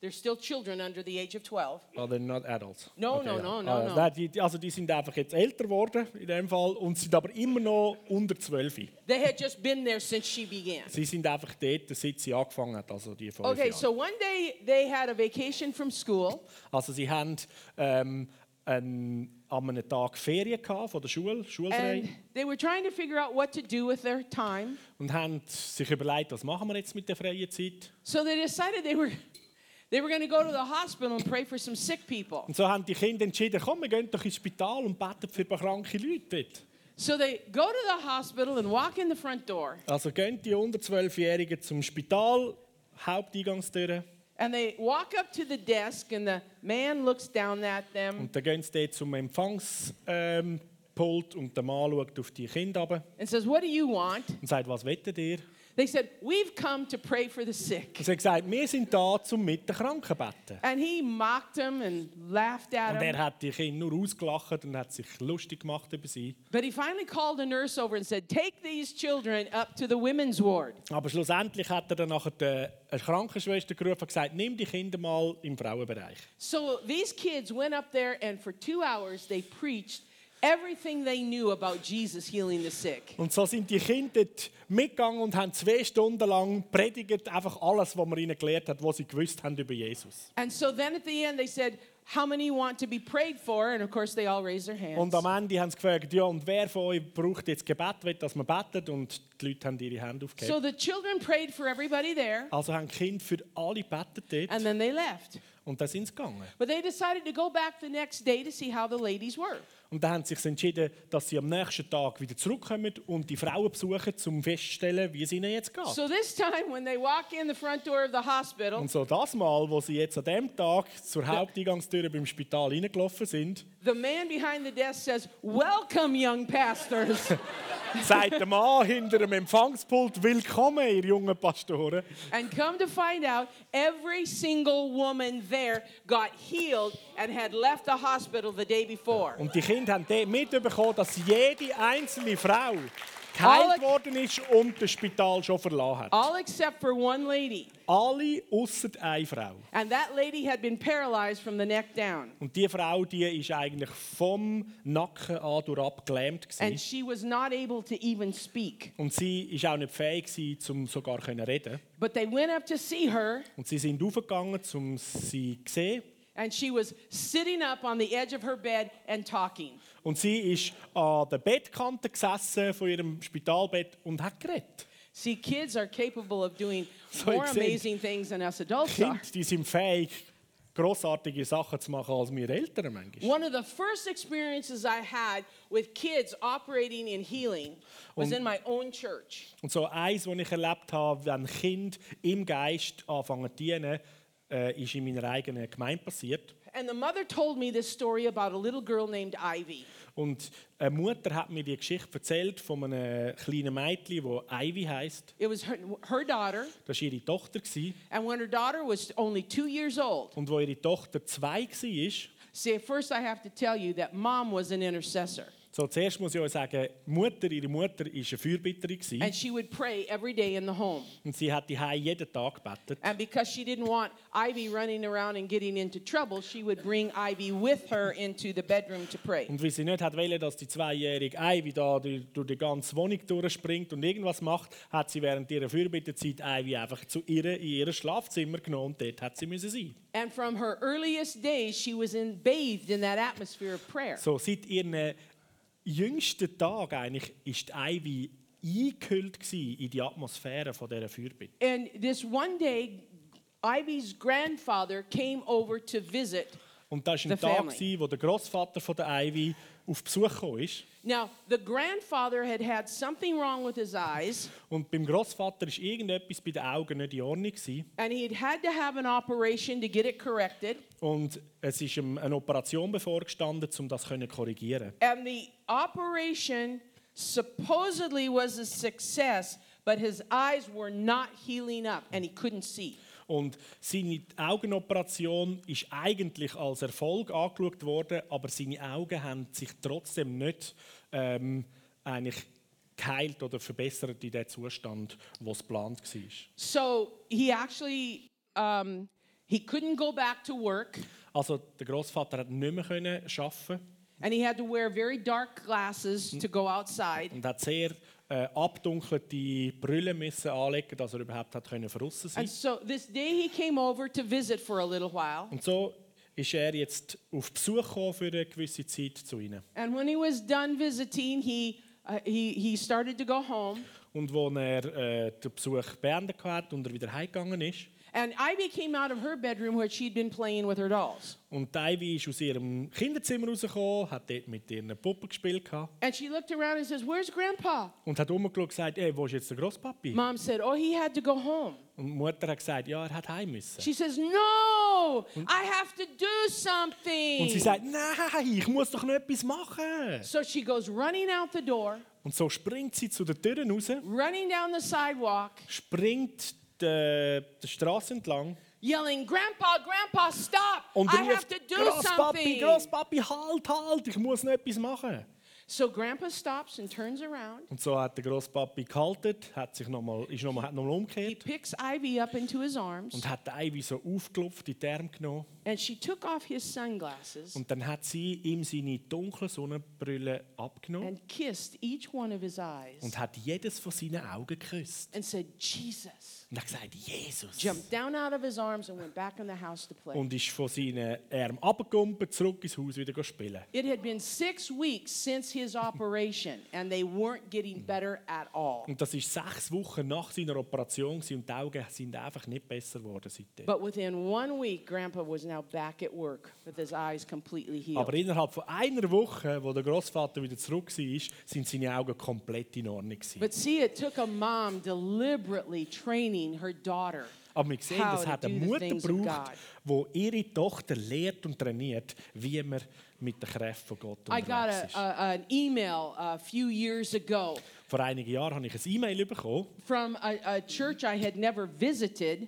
They're still children under the age of 12.
Oh, they're not adults.
No, no, no, no,
Ah,
no.
nein, die- die- Also die sind einfach jetzt älter geworden in dem Fall und sind aber immer noch unter 12.
They had just been there since she began.
Sie sind einfach dort, seit sie angefangen hat, also die fünf
Okay,
Jahre.
so one day they had a vacation from school
Also sie haben ähm, einen, an einem Tag Ferien gehabt von der Schule,
and
schulfrei,
they were trying to figure out what to do with their time.
und haben sich überlegt, was machen wir jetzt mit der freien Zeit.
So they decided they were they were going to go to the hospital and pray for some sick people.
Und so haben die Kinder entschieden, komm, wir gehen doch ins Spital und beten für ein paar kranke Leute dort.
So they go to the hospital and walk in the front door
Also gehen die unter 12-Jährigen zum Spital, Haupteingangstür,
and they walk up to the desk and the man looks down at them
und dann gehen sie dort zum Empfangspult ähm, Pult und der Mann schaut auf die Kinder runter
and says, "What do you want?"
und sagt, was wettet ihr?
They said, "We've come to pray for the sick."
Und sie hat gesagt, wir sind da, um mit den Kranken zu beten.
And he mocked them and laughed at
Und er
them.
hat die Kinder nur ausgelacht und hat sich lustig gemacht über sie.
But he finally called a nurse over and said, "Take these children up to the women's ward."
Aber schlussendlich hat er dann nachher die- eine Krankenschwester gerufen und gesagt, nimm die Kinder mal im Frauenbereich.
So these kids went up there, and for two hours they preached everything they knew about Jesus healing the sick.
Und so sind die Kinder dort mitgegangen und haben zwei Stunden lang predigt einfach alles, was man ihnen gelehrt hat, was sie gewusst haben über Jesus.
And so then at the end they said, How many want to be prayed for? And of course they all raised their hands.
Und am Ende haben sie gefragt, ja, und wer von euch braucht jetzt Gebet, will, dass man betet? Und die Leute haben ihre Hände
So
aufgehört.
the children prayed for everybody there,
Also haben die Kinder für alle gebetet dort
and then they left.
und dann sind sie gegangen.
But they decided to go back the next day to see how the ladies were.
Und dann haben sie sich entschieden, dass sie am nächsten Tag wieder zurückkommen und die Frauen besuchen, um festzustellen, wie es ihnen jetzt geht.
So this time, when they walk in the front door of the hospital,
und so das Mal, wo sie jetzt an dem Tag zur Haupteingangstür beim Spital reingelaufen sind,
the man behind the desk says, Welcome, young pastors.
sagt der Mann hinter dem Empfangspult, willkommen, ihr jungen Pastoren.
And come to find out, every single woman there got healed and had left the hospital the day before.
Und die Kinder haben dort mitbekommen, dass jede einzelne Frau geheilt
Alle- Ah.
worden ist und das Spital schon verlassen hat.
All except for one lady.
Alle ausser eine Frau.
And that lady had been paralyzed from the neck down.
Und die Frau, die ist eigentlich vom Nacken an durchab gelähmt. gewesen.
And she was not able to even speak.
Und sie war auch nicht fähig, gewesen, zum sogar können reden.
But they went up to see her,
Und sie sind aufgegangen, um sie zu sehen.
and she was sitting up on the edge of her bed and talking.
Und sie ist an der Bettkante gesessen von ihrem Spitalbett und hat geredet.
See, kids are capable of doing
So
more
excited.
amazing things than us adults are.
Kinder, die sind fähig, grossartige Sachen zu machen als wir Eltern manchmal.
One of the first experiences I had with kids operating in healing was in my own church.
Und so eins, was ich erlebt habe, wenn Kinder im Geist anfangen zu dienen, äh, ist in meiner eigenen Gemeinde passiert.
And the mother told me this story about a little girl named Ivy.
Und eine Mutter hat mir die Geschichte erzählt von einem kleinen Mädchen, wo Ivy heißt.
It was her, her daughter,
Das war ihre Tochter. Gewesen.
and when her daughter was only two years old,
Und wo ihre Tochter zwei war,
see, at first I have to tell you that mom was an intercessor,
so zuerst muss ich euch sagen, Mutter, ihre Mutter war eine Fürbitterin.
and
Gewesen,
she would pray every day in the home.
und sie hat die jeden Tag gebetet.
And because she didn't want Ivy running around and getting into trouble, she would bring Ivy with her into the bedroom to pray.
Und weil sie nicht hat wollte, dass die zweijährige Ivy da durch, durch die ganze Wohnung durchspringt und irgendwas macht, hat sie während ihrer Fürbittezeit Ivy einfach zu ihr in ihr Schlafzimmer genommen und dort hat sie müssen sein.
And from her earliest days, she was in, bathed in that atmosphere of prayer.
So seit ihren jüngsten Tag eigentlich ist die Ivy eingehüllt gewesen in die Atmosphäre von dieser Fürbitte.
and this one day, Ivy's grandfather came over to visit.
Und das war
The
ein Tag,
family.
gewesen, wo der Großvater von der Ivy auf Besuch gekommen ist.
Now, the grandfather had had something wrong with his eyes,
Und beim Großvater war irgendetwas bei den Augen nicht in Ordnung. Gewesen.
and he had had to have an operation to get it corrected.
Und es ist ihm eine Operation bevorgestanden, um das zu korrigieren.
And the operation supposedly was a success, but his eyes were not healing up, and he couldn't see.
Und seine Augenoperation ist eigentlich als Erfolg angeschaut worden, aber seine Augen haben sich trotzdem nicht ähm, eigentlich geheilt oder verbessert in dem Zustand, was geplant war.
So he actually um, he couldn't go back to work,
Also der Großvater hat nicht mehr können arbeiten
and he had to wear very dark glasses to go outside.
und hat sehr äh, abdunkelte Brille müssen anlegen, dass er überhaupt hat können verrissen sein.
And so this day he came over to visit for a little while.
Und so ist er jetzt auf Besuch gekommen für eine gewisse Zeit zu ihnen.
And when he was done visiting, he uh, he he started to go home.
Und als er äh, den Besuch beendet hat und er wieder heimgegangen ist,
And Ivy came out of her bedroom where she'd been playing with her dolls.
und die Ivy ist aus ihrem Kinderzimmer rausgekommen, hat dort mit ihren Puppen gespielt gehabt
And she looked around and says, Where's Grandpa?
und hat rumgeschaut und gesagt, «Ey, wo ist jetzt der Grosspapi?»
Mom said, Oh, he had to go home.
Und die Mutter hat gesagt, «Ja, er hat heim müssen.»
She says, No, I have to do
Und sie
something.
sagt, «Nein, ich muss doch noch etwas machen!»
So she goes running out the door,
Und so springt sie zu den Türen raus,
running down the sidewalk,
springt die, die Straße entlang
yelling, Grandpa, Grandpa, stop.
und
I have
ruft,
to do
«Grosspapi,
something.
Grosspapi, halt, halt, ich muss noch etwas machen!»
So Grandpa stops and turns around.
Und so hat der Grosspapi gehalten, hat sich nochmal, ist nochmal, hat nochmal
He
umgekehrt
picks Ivy up into his arms
und hat die Ivy so aufgelupft, in die Arme genommen.
and she took off his sunglasses
Und dann hat sie ihm seine dunklen Sonnenbrille abgenommen
and kissed each one of his eyes
und hat jedes von seinen Augen geküsst.
and said, Jesus.
Und hat gesagt, Jesus.
Jumped down out of his arms and went back in the house to play.
Und ist von seinen Armen abgekumpelt, zurück ins Haus wieder spielen.
It had been six weeks since his operation, and they weren't getting better at all.
Und das ist sechs Wochen nach seiner Operation gewesen und die Augen sind einfach nicht besser geworden seitdem.
But within one week, Grandpa was now back at work with his eyes completely
Aber
healed.
innerhalb von einer Woche, wo der Großvater wieder zurück war, sind seine Augen komplett in Ordnung. Gewesen.
But see, it took a mom deliberately training her daughter.
Aber wir sehen,
How
das
to
hat eine
do the
Mutter
things of
gebraucht, die ihre Tochter lehrt und trainiert, wie man mit den Kräften von Gott
I got
unterwegs
a,
ist.
a, an email a few years ago
Vor einigen Jahren habe ich ein E-Mail bekommen.
from a, a church I had never visited,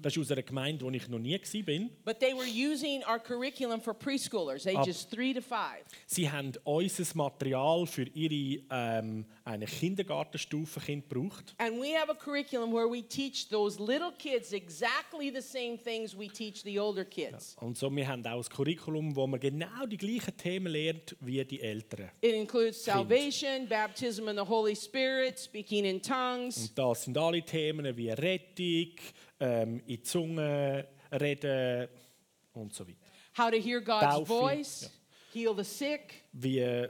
Das ist aus einer Gemeinde, wo ich noch nie war.
but they were using our curriculum for preschoolers, ages three to five.
Sie haben unser Material für ihre ähm, eine Kindergartenstufenkind gebraucht.
And we have a curriculum where we teach those little kids exactly the same things we teach the older kids.
Und so, wir haben auch ein Curriculum, wo man genau die gleichen Themen lernt wie die Eltern.
It includes salvation, baptism in the Holy Spirit, speaking in tongues,
Das sind alle Themen wie Rettung, ähm, in die Zunge reden und so weiter.
how to hear God's
Taufe,
voice,
ja.
heal the sick.
wie äh,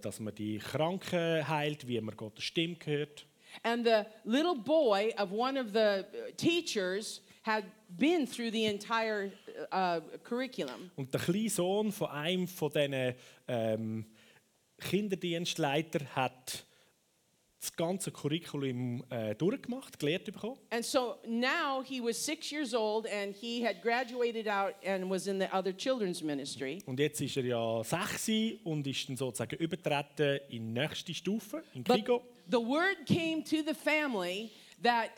dass man die Kranken heilt, wie man Gottes Stimme hört.
And the little boy of one of the uh, teachers had been through the entire uh, curriculum.
Und der kleine Sohn von einem von diesen ähm, Kinderdienstleiter hat das ganze Curriculum äh, durchgemacht, gelehrt bekommen.
And so now he was six years old and he had graduated out and was in the other children's ministry.
Und jetzt ist er ja sechs und ist dann sozusagen übertreten in die nächste Stufe, in
But
Krigo.
the word came to the family that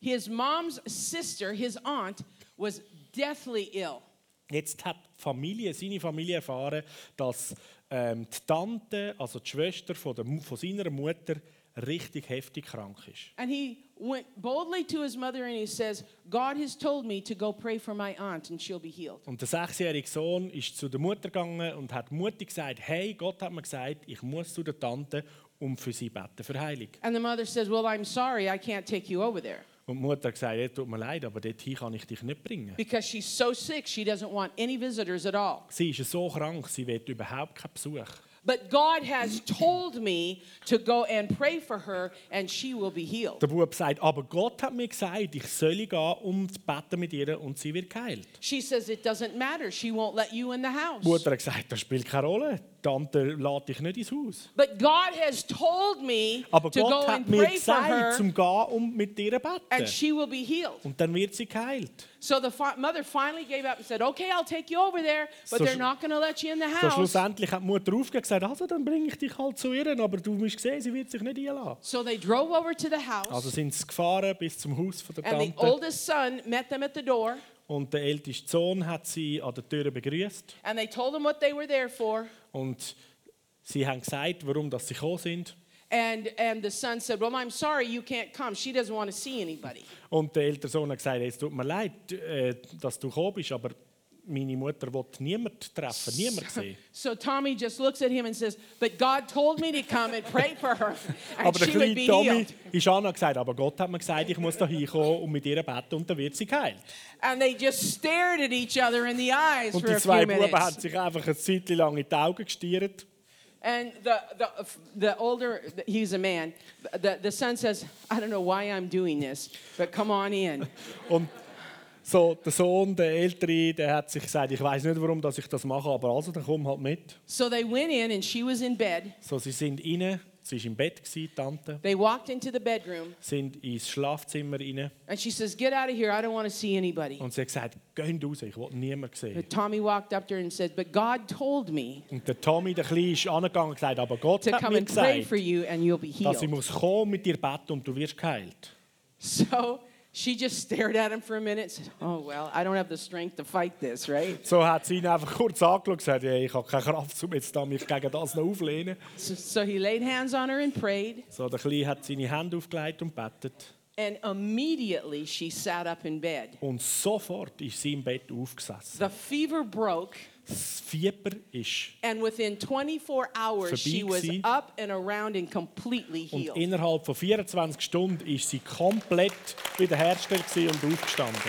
his mom's sister, his aunt, was deathly ill.
Jetzt hat die Familie, seine Familie erfahren, dass ähm, die Tante, also die Schwester von, der, Mu- von seiner Mutter, richtig heftig krank ist.
And he went boldly to his mother and he says, God has told me to go pray for my aunt and she'll be healed.
Und der sechsjährige Sohn ist zu der Mutter gegangen und hat mutig gesagt: Hey, Gott hat mir gesagt, ich muss zu der Tante um für sie beten für Heilung.
And the mother says, Well, I'm sorry, I can't take you over there.
Und die Mutter hat gesagt: «Ja, Tut mir leid, aber dorthin kann ich dich nicht bringen.
Because she's so sick, she doesn't want any visitors at all.
Sie ist so krank, sie will überhaupt keinen Besuch.
But God has told me to go and pray for her and she will be healed.
Der Bub sagt: Aber Gott hat mir gesagt, ich soll gehen und zu beten mit ihr und sie wird geheilt.
She says, It doesn't matter. She won't let you in the house.
Die Mutter hat gesagt: Das spielt keine Rolle. Tante lädt dich nicht ins Haus.
But God has told me
Aber
to
Gott
go
hat
and
mir
pray for
gesagt,
her,
zum Gehen und mit dir zu
and
beten.
she will be healed.
Und dann wird sie geheilt.
So the fa- mother finally gave up and said, "Okay, I'll take you over there, but
So
they're
sch-
not going to let you in the
So
house."
schlussendlich hat die Mutter aufgegeben und gesagt, also dann bringe ich dich halt zu ihr, aber du musst sehen, sie wird sich nicht einlassen.
So they drove over to the house,
Also sind sie gefahren bis zum Haus von der
and the
Tante
oldest son met them at the door,
und der älteste Sohn hat sie an der Tür begrüßt
and they told him what they were there for.
und sie haben gesagt, warum dass sie gekommen sind
And and the son said, "Well, I'm sorry, you can't come. She doesn't want to see anybody."
und der ältere Sohn hat gesagt, es tut mir leid, äh, dass du gekommen bist, aber meine Mutter will niemand treffen, niemand sehen.
So Tommy just looks at him and says, "But God told me to come and pray for her, and
Aber der
she would
kleine
be
Tommy
healed."
ist auch noch gesagt, aber Gott hat mir gesagt, ich muss da hinkommen und mit ihr beten und dann wird sie geheilt.
And they just stared at each other in the eyes
Und
for
die
a few
zwei Buben
minutes.
haben sich einfach eine Zeit lang in die Augen gestiert.
And the, the, the older, he's a man, the, the son says, I don't know why I'm doing this, but come on in.
Und so, der Sohn, der Ältere, der hat sich gesagt, ich weiß nicht, warum dass ich das mache, aber also, dann komm halt mit.
So they went in, and she was in bed.
So, sie sind rein, sie war im Bett, gewesen, die Tante,
They walked into the bedroom,
sind ins Schlafzimmer rein
and she says, Get out of here. I don't want to see anybody.
und sie hat gesagt, geh raus, ich will niemanden sehen.
But Tommy walked up to her and said, But God told me
Und der Tommy, der Kleine, ist angegangen und gesagt, aber Gott
to
hat
come
mir
and pray for
gesagt,
you, and you'll be
dass ich
healed.
muss kommen mit dir beten und du wirst geheilt.
So she just stared at him for a minute and said, Oh, well, I don't have the strength to fight this, right?
So hat sie ihn einfach kurz angeschaut und gesagt, hey, ich habe keine Kraft, um jetzt da mich gegen das noch aufzulehnen.
So, so he laid hands on her and prayed,
So, der Kleine hat seine Hände aufgelegt und betet.
and immediately she sat up in bed.
Und sofort ist sie im Bett aufgesessen.
The fever broke,
Das Fieber ist.
and within 24 hours, she was
Verbiegsi.
up and around and completely
Und
healed.
innerhalb von 24 Stunden ist sie komplett wiederhergestellt gewesen und aufgestanden.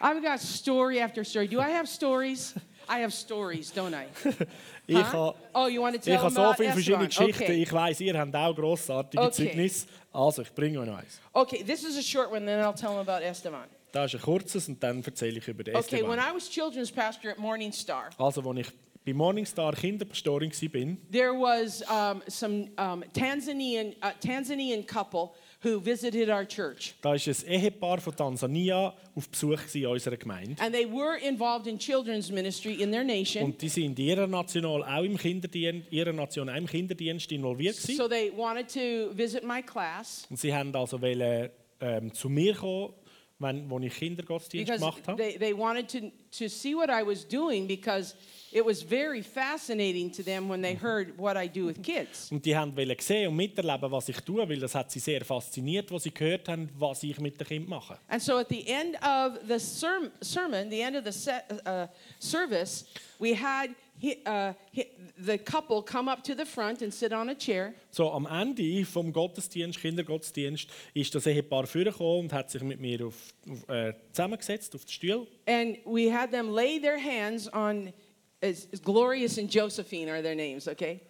I've got story after story. Do I have stories? I have stories, don't I?
Ich
Huh?
habe
oh, you want to tell
ich habe
them
so
about
viele verschiedene
Esron?
Geschichten.
Okay.
Ich weiß, ihr habt auch grossartige
Okay.
Zeugnisse. Also, ich bringe euch noch eins.
okay, this is a short one, then I'll tell them about Esteban.
Das ist ein kurzes und dann erzähle ich über den
Okay, when
Esteban.
I was children's pastor at Morning Star,
Also, als ich bei Morningstar Kinderpastorin war,
there was um, some um, Tanzanian, uh, Tanzanian couple who visited our church.
da war ein Ehepaar von Tansania auf Besuch gewesen in unserer Gemeinde.
And they were involved in children's ministry in their nation.
Und die sind in ihrer Nation auch im Kinderdienst, ihrer Nation auch im Kinderdienst involviert gewesen.
So they wanted to visit my class
und sie haben also wollen, ähm, zu mir kommen, wenn, wo ich Kindergottesdienst
because
gemacht habe.
they, they wanted to, to see what I was doing because it was very fascinating to them when they heard what I do with kids.
Und die haben wollen sehen und miterleben, was ich tue, weil das hat sie sehr fasziniert, was sie gehört haben, was ich mit dem Kind mache.
And so at the end of the serm- sermon, the end of the se- uh, service, we had he, uh, he, the couple come up to the front and sit on a chair.
So am Ende vom Gottesdienst, Kindergottesdienst, ist das Ehepaar vorgekommen und hat sich mit mir auf, auf, äh, zusammengesetzt auf den Stuhl.
And we had them lay their hands on it's- it's Glorious and Josephine are their names, okay?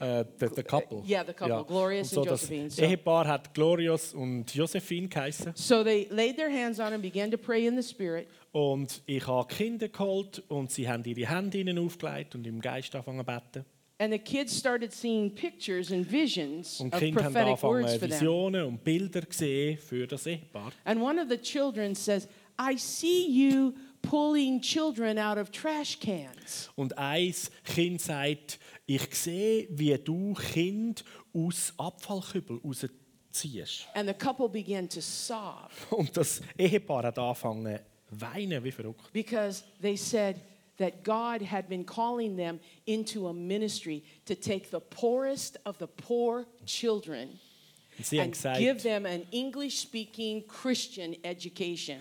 Äh, the, the couple.
Yeah, the couple, Glorious
und so
and
das
Josephine, so-
Ehepaar hat Glorious und Josephine geheißen.
So they laid their hands on and began to pray in the Spirit.
Und ich habe die Kinder geholt und sie haben ihre Hände ihnen aufgelegt und im Geist angefangen zu beten.
And the kids started seeing pictures and visions
Und
of
die Kinder haben
prophetic
angefangen,
words for them.
Visionen und Bilder gesehen für das Ehepaar.
And one of the children says, I see you pulling children out of trash cans.
Und ein Kind sagt, ich sehe, wie du Kind aus Abfallkübel rausziehst.
And the couple began to sob
Und das Ehepaar hat angefangen zu weinen, wie verrückt.
because they said that God had been calling them into a ministry to take the poorest of the poor children
Und sie, haben
and give
gesagt,
them an English speaking Christian education.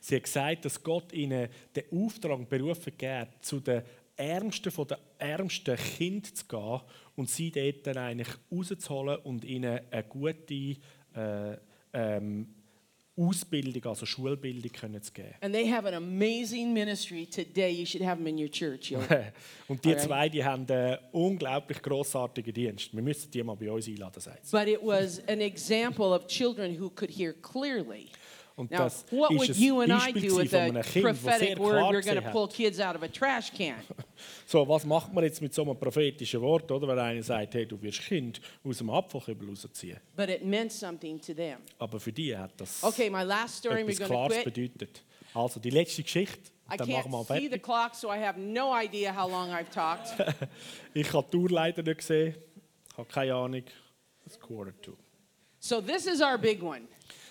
sie haben gesagt, dass Gott ihnen den Auftrag berufen hat, zu den Ärmsten von den ärmsten Kind zu gehen und sie dort dann eigentlich rauszuholen und ihnen eine gute äh, ähm, Ausbildung, also Schulbildung können zu geben.
And they have an amazing ministry today. You should have them in your church. You'll
Und die
Alright.
zwei die haben einen unglaublich grossartigen Dienst. Wir müssen die mal bei uns einladen. Sagt sie.
But it was an example of children who could hear clearly.
Und
Now,
das
what
ist
would
ein
you and I
Beispiel
do with
gewesen von
a
einem Kind, das sehr
prophetic word?
klar
We're going
gesehen
to
hat.
pull kids out of a trash can.
So, was macht man jetzt mit so einem prophetischen Wort, oder? Wenn einer sagt, hey, du wirst Kind aus dem Apfelkübel rausziehen.
But it meant something to them.
Aber für die hat das
Okay, my last story, we're
etwas
going to
Klares
quit.
bedeutet. Also, die letzte Geschichte,
I
dann machen wir
can't see the
fertig.
clock, so I have no idea how long I've talked.
Ich habe die Uhr leider nicht gesehen. Ich habe keine Ahnung. Es quarter to.
So, this is our big one.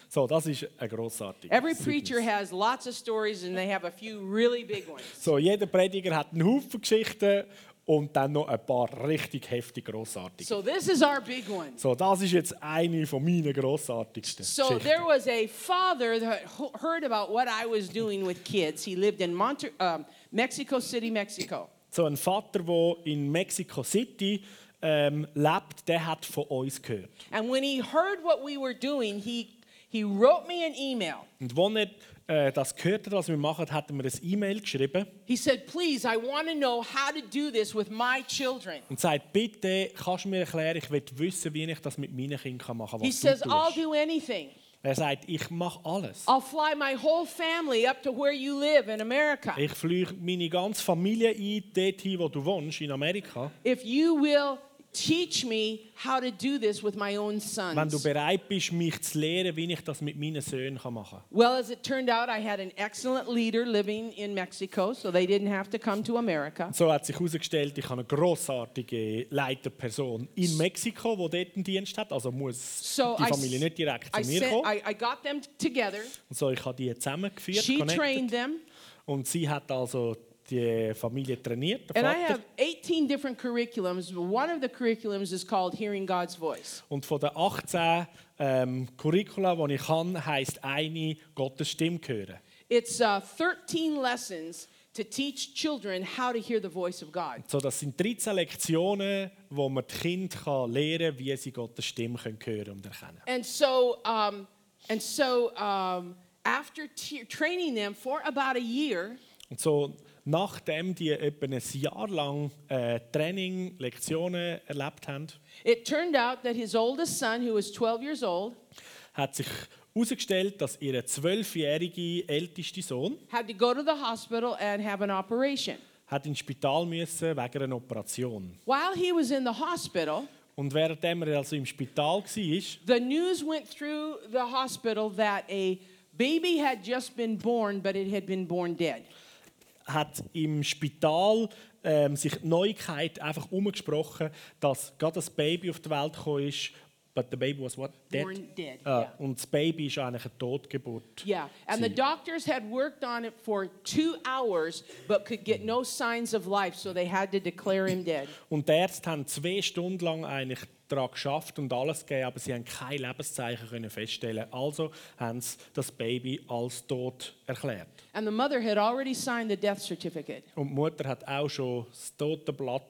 So, das ist ein grossartiges
Every
Zeugnis.
preacher has lots of stories, and they have a few really big ones.
So, jeder Prediger hat einen Haufen Geschichten und dann noch ein paar richtig heftig grossartige.
So, this is our big one.
So, das ist jetzt eine von meinen grossartigsten
So
Geschichten.
there was a father that h- heard about what I was doing with kids. He lived in Monter- um, Mexico City, Mexico.
So ein Vater, der in Mexico City ähm, lebt, der hat von uns gehört.
And when he heard what we were doing, he, he wrote me an email.
Und als er äh, das gehört hat, was wir machen, hat er mir eine E-Mail geschrieben
He said, Please, I want to know how to do this with my children.
und sagt, bitte kannst du mir erklären, ich will wissen, wie ich das mit meinen Kindern machen kann,
He
was
says,
du
I'll
tust.
do anything.
Er sagt, ich mache alles.
I'll fly my whole family up to where you live in America.
Ich fliege meine ganze Familie ein, dorthin, wo du wohnst, in Amerika.
If you will teach me how to do this with my own
Wenn du
sons.
bereit bist, mich zu lehren, wie ich das mit meinen Söhnen kann machen kann.
Well, as it turned out, I had an excellent leader living in Mexico, so they didn't have to come to America.
So hat sich herausgestellt, ich habe eine grossartige Leiterperson in Mexiko, die dort einen Dienst hat. Also muss
So
die
I s-
Familie nicht direkt
I,
zu mir
sent,
kommen.
I, I got them together.
und so, ich habe die zusammengeführt,
She
connected.
trained them.
Und sie hat also die Familie trainiert, der
And I
Vater.
have 18 different curriculums. One of the curriculums is called Hearing God's Voice.
Und von den 18 ähm, Curricula, die ich habe, heisst eine Gottes Stimme hören.
It's uh, 13 lessons to teach children how to hear the voice of God.
So, das sind 13 Lektionen, wo man die Kinder kann lernen kann, wie sie Gottes Stimme können hören und erkennen
And so, um, and so um, after te- training them for about a year,
Und so, nachdem die etwa ein Jahr lang äh, Training, Lektionen erlebt haben,
it turned out that his oldest son, who was 12 years old,
hat sich herausgestellt, dass ihr zwölfjährige älteste Sohn
had to go to the hospital and have an operation.
hat ins Spital müssen wegen einer Operation.
While he was in the hospital,
Und währenddem er also im Spital war,
the news went through the hospital that a baby had just been born, but it had been born dead.
hat im Spital ähm, sich die Neuigkeit einfach umgesprochen, dass gerade das Baby auf die Welt gekommen ist, but the baby was what? Dead?
Born dead,
Äh,
yeah.
Und das Baby ist eigentlich eine Totgeburt.
Yeah, and the
See.
doctors had worked on it for two hours, but could get no signs of life, so they had to declare him dead.
Und die Ärzte haben zwei Stunden lang eigentlich daran geschafft und alles gegeben, aber sie haben kein Lebenszeichen können feststellen. Also haben sie das Baby als tot erklärt.
And the mother had already signed the death certificate.
Und die Mutter hat auch schon das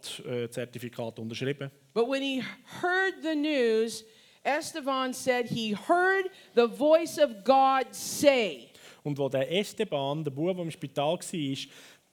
Totenblatt-Zertifikat unterschrieben.
But when he heard the news, Esteban said he heard the voice of God say,
Und wo der Esteban, der Bub, der im Spital war,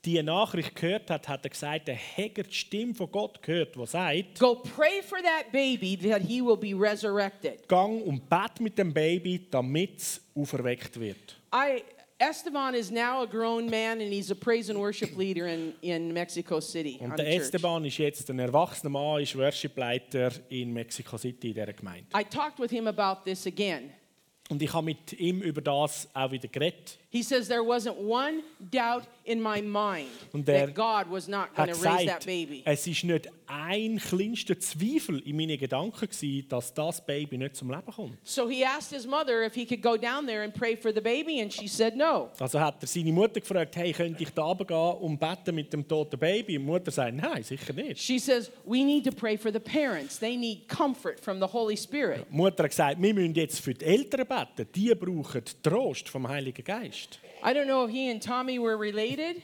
diese Nachricht gehört hat, hat er gesagt, er hätte die Stimme von Gott gehört, die sagt,
Go pray for that baby that he will be resurrected.
gang und bett mit dem Baby, damit es auferweckt wird.
I Esteban is now a grown man and he's a praise and worship leader in, in Mexico City. on
Und der
church.
Esteban ist jetzt ein erwachsener Mann, ist Worshipleiter in Mexico City in dieser Gemeinde.
I talked with him about this again.
Und ich habe mit ihm über das auch wieder geredet.
He says there wasn't one doubt in my mind
Und er
that God was not
Er
going
hat
to raise that
gesagt,
baby.
es ist nicht ein kleinster Zweifel in meinen Gedanken gewesen, dass das Baby nicht zum Leben kommt.
So he asked his mother if he could go down there and pray for the baby, and she said no.
Also hat er seine Mutter gefragt, hey, könnte ich da runtergehen und beten mit dem toten Baby? Und die Mutter sagt, nein, sicher nicht.
She says, We need to pray for the parents. They need comfort from the Holy Spirit.
Die Mutter hat gesagt, wir müssen jetzt für die Eltern beten. Die brauchen Trost vom Heiligen Geist.
I don't know if he and Tommy were related.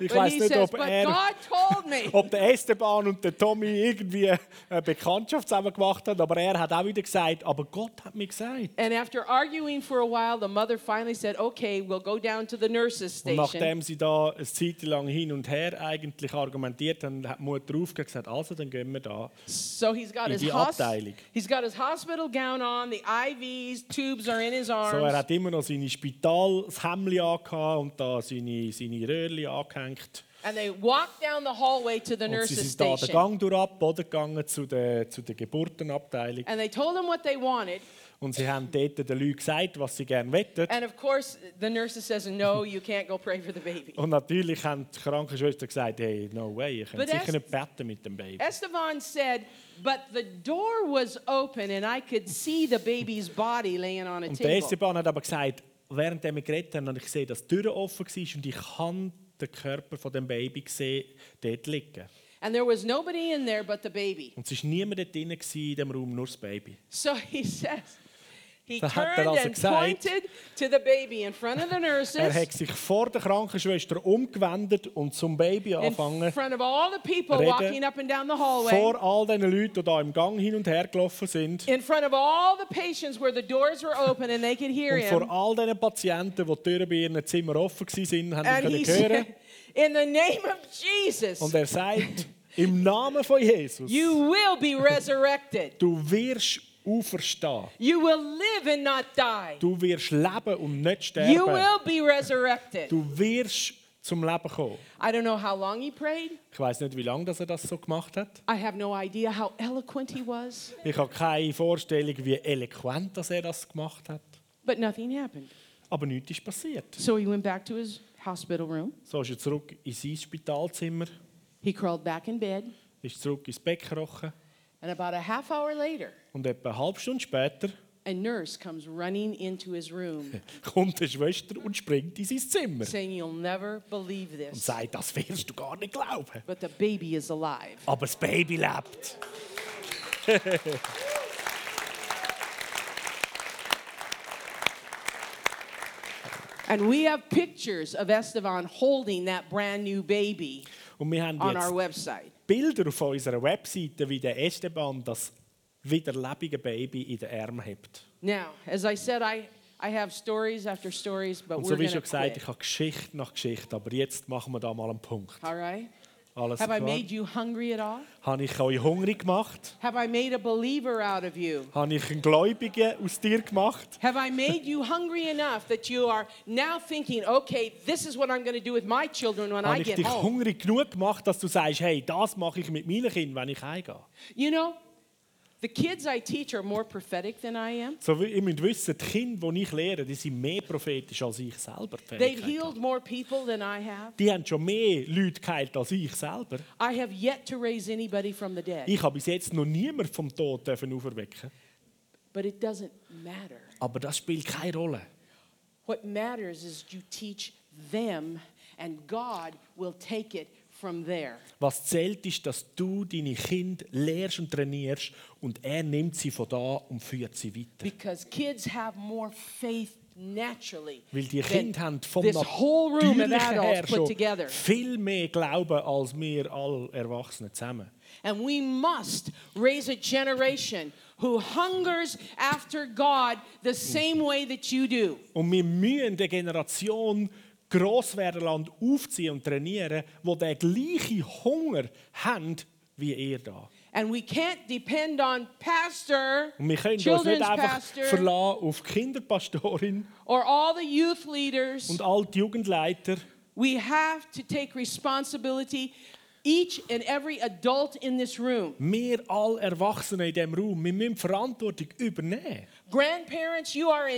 Ich
But
weiß
he
nicht,
says,
ob
But
er,
God told me.
ob der Esteban und der Tommy irgendwie eine Bekanntschaft zusammen gemacht haben, aber er hat auch wieder gesagt, aber Gott hat mir gesagt.
And after arguing for a while, the mother finally said, Okay, we'll go down to the nurse's
Und
station.
nachdem sie da eine Zeit lang hin und her eigentlich argumentiert haben, hat die Mutter aufgehört und gesagt, also dann gehen wir da.
So he's got
In
his
die
hos-
Abteilung.
he's got his hospital gown on, the IVs, tubes are in his
So, er
arms.
hat immer noch seine Spital, das Hemdli angehabt und da seine, seine Röhrli angehängt.
And they walk down the hallway to the
Und sie
nurse's
sind da den
station.
Gang durch ab, oder gegangen zu der, zu der Geburtenabteilung.
And they told him what they wanted.
Und sie haben dort den Leuten gesagt, was sie gerne wettet.
And of course, the nurse says, No, you can't go pray for the baby.
Und natürlich haben die Krankenschwestern gesagt, hey, no way, ihr könnt
But
sicher
as-
nicht beten mit dem Baby.
Esteban said, But the door was open and I could see the baby's body laying on a
Und der
table.
Esteban hat aber gesagt, während wir geredet haben, habe ich gesehen, dass die Tür offen war und ich habe den Körper von dem Baby gesehen, dort liegen.
And there was nobody in there but the baby.
Und es war niemand dort drin in dem Raum, nur das Baby.
So he says, he
Da hat er
turned
also
and
gesagt-
pointed to the baby in front of the
Er hat
nurses,
sich vor der Krankenschwester umgewendet und zum Baby
in
angefangen,
front of all the people
Reden.
walking up and down the hallway,
vor all den Leuten, die da im Gang hin und her gelaufen sind,
in front of all the patients where the doors were open and they could hear
und vor
him.
all den Patienten, die die Türen bei ihren Zimmern offen waren, haben
And
ihn
he
können hören.
said, In the name of Jesus,
Und er sagt, im Namen von Jesus,
you will be resurrected.
du wirst auferstehen.
You will live and not die.
Du wirst leben und nicht
You
sterben.
will be resurrected.
Du wirst zum Leben kommen.
I don't know how long he prayed.
Ich weiß nicht, wie lange dass er das so gemacht hat.
I have no idea how eloquent he was,
Ich habe keine Vorstellung, wie eloquent dass er das gemacht hat.
but nothing happened.
Aber nichts ist passiert.
So he went back to his hospital room.
So ist er zurück in sein Spitalzimmer,
He crawled back in bed,
ist zurück ins Bett gekrochen
and about a half hour later,
und etwa eine halbe Stunde später
a nurse comes running into his room
kommt eine Schwester und springt in sein Zimmer und
saying, You'll never believe this,
sagt, das wirst du gar nicht glauben.
but the baby is alive.
Aber das Baby lebt.
And we have pictures of Esteban holding that brand new baby
Und wir haben
on our
jetzt
website.
Bilder auf unserer Webseite, wie der Esteban das wiederlebige Baby in den Arm hebt.
Now, as I said, I, I have stories after stories, but
Und
we're
so wie
going to
schon gesagt,
quit.
ich habe Geschichte nach Geschichte, aber jetzt machen wir da mal einen Punkt.
All right?
Alles
Have I
klar?
made you hungry at all?
Habe ich euch hungrig gemacht?
Have I made a believer out of you?
Habe ich einen Gläubigen aus dir gemacht?
Have I made you hungry enough that you are now thinking, okay, this is what I'm going to do with my children when I
Habe ich
get
dich
home?
hungrig genug gemacht, dass du sagst, hey, das mache ich mit meinen Kindern, wenn ich heimgehe?
You know, the kids I teach are more prophetic than I am.
So, wie- ihr müsst wissen, die Kinder, die ich lehre, die sind mehr prophetisch als ich selber. die
They've
Fähigkeit
healed
haben.
more people than I have.
Die haben schon mehr Leute geheilt als ich selber.
I have yet to raise anybody from the dead.
Ich habe bis jetzt noch niemand vom Tod dürfen auferwecken.
But it doesn't matter.
Aber das spielt keine Rolle.
What matters is you teach them, and God will take it from there.
Was zählt ist, dass du deine Kinder lehrst und trainierst und er nimmt sie von da und führt sie weiter.
Because kids have more faith naturally.
Weil die
than
Kinder haben vom
this whole room of
Natürlichen her
adults put
schon
together.
viel mehr Glauben als wir alle Erwachsenen zusammen.
And we must raise a generation who hungers after God the same way that you do.
Und wir müssen der Generation gross werden lassen, aufziehen und trainieren, wo der gleiche Hunger haben wie ihr da.
And we can't depend on pastor,
Und wir können uns
children's
nicht einfach
pastor,
verlassen auf die Kinderpastorin
or all the youth leaders.
und all die Jugendleiter.
We have to take responsibility, each and every adult in this room.
Wir alle Erwachsenen in diesem Raum, wir müssen Verantwortung übernehmen.
Grandparents, you are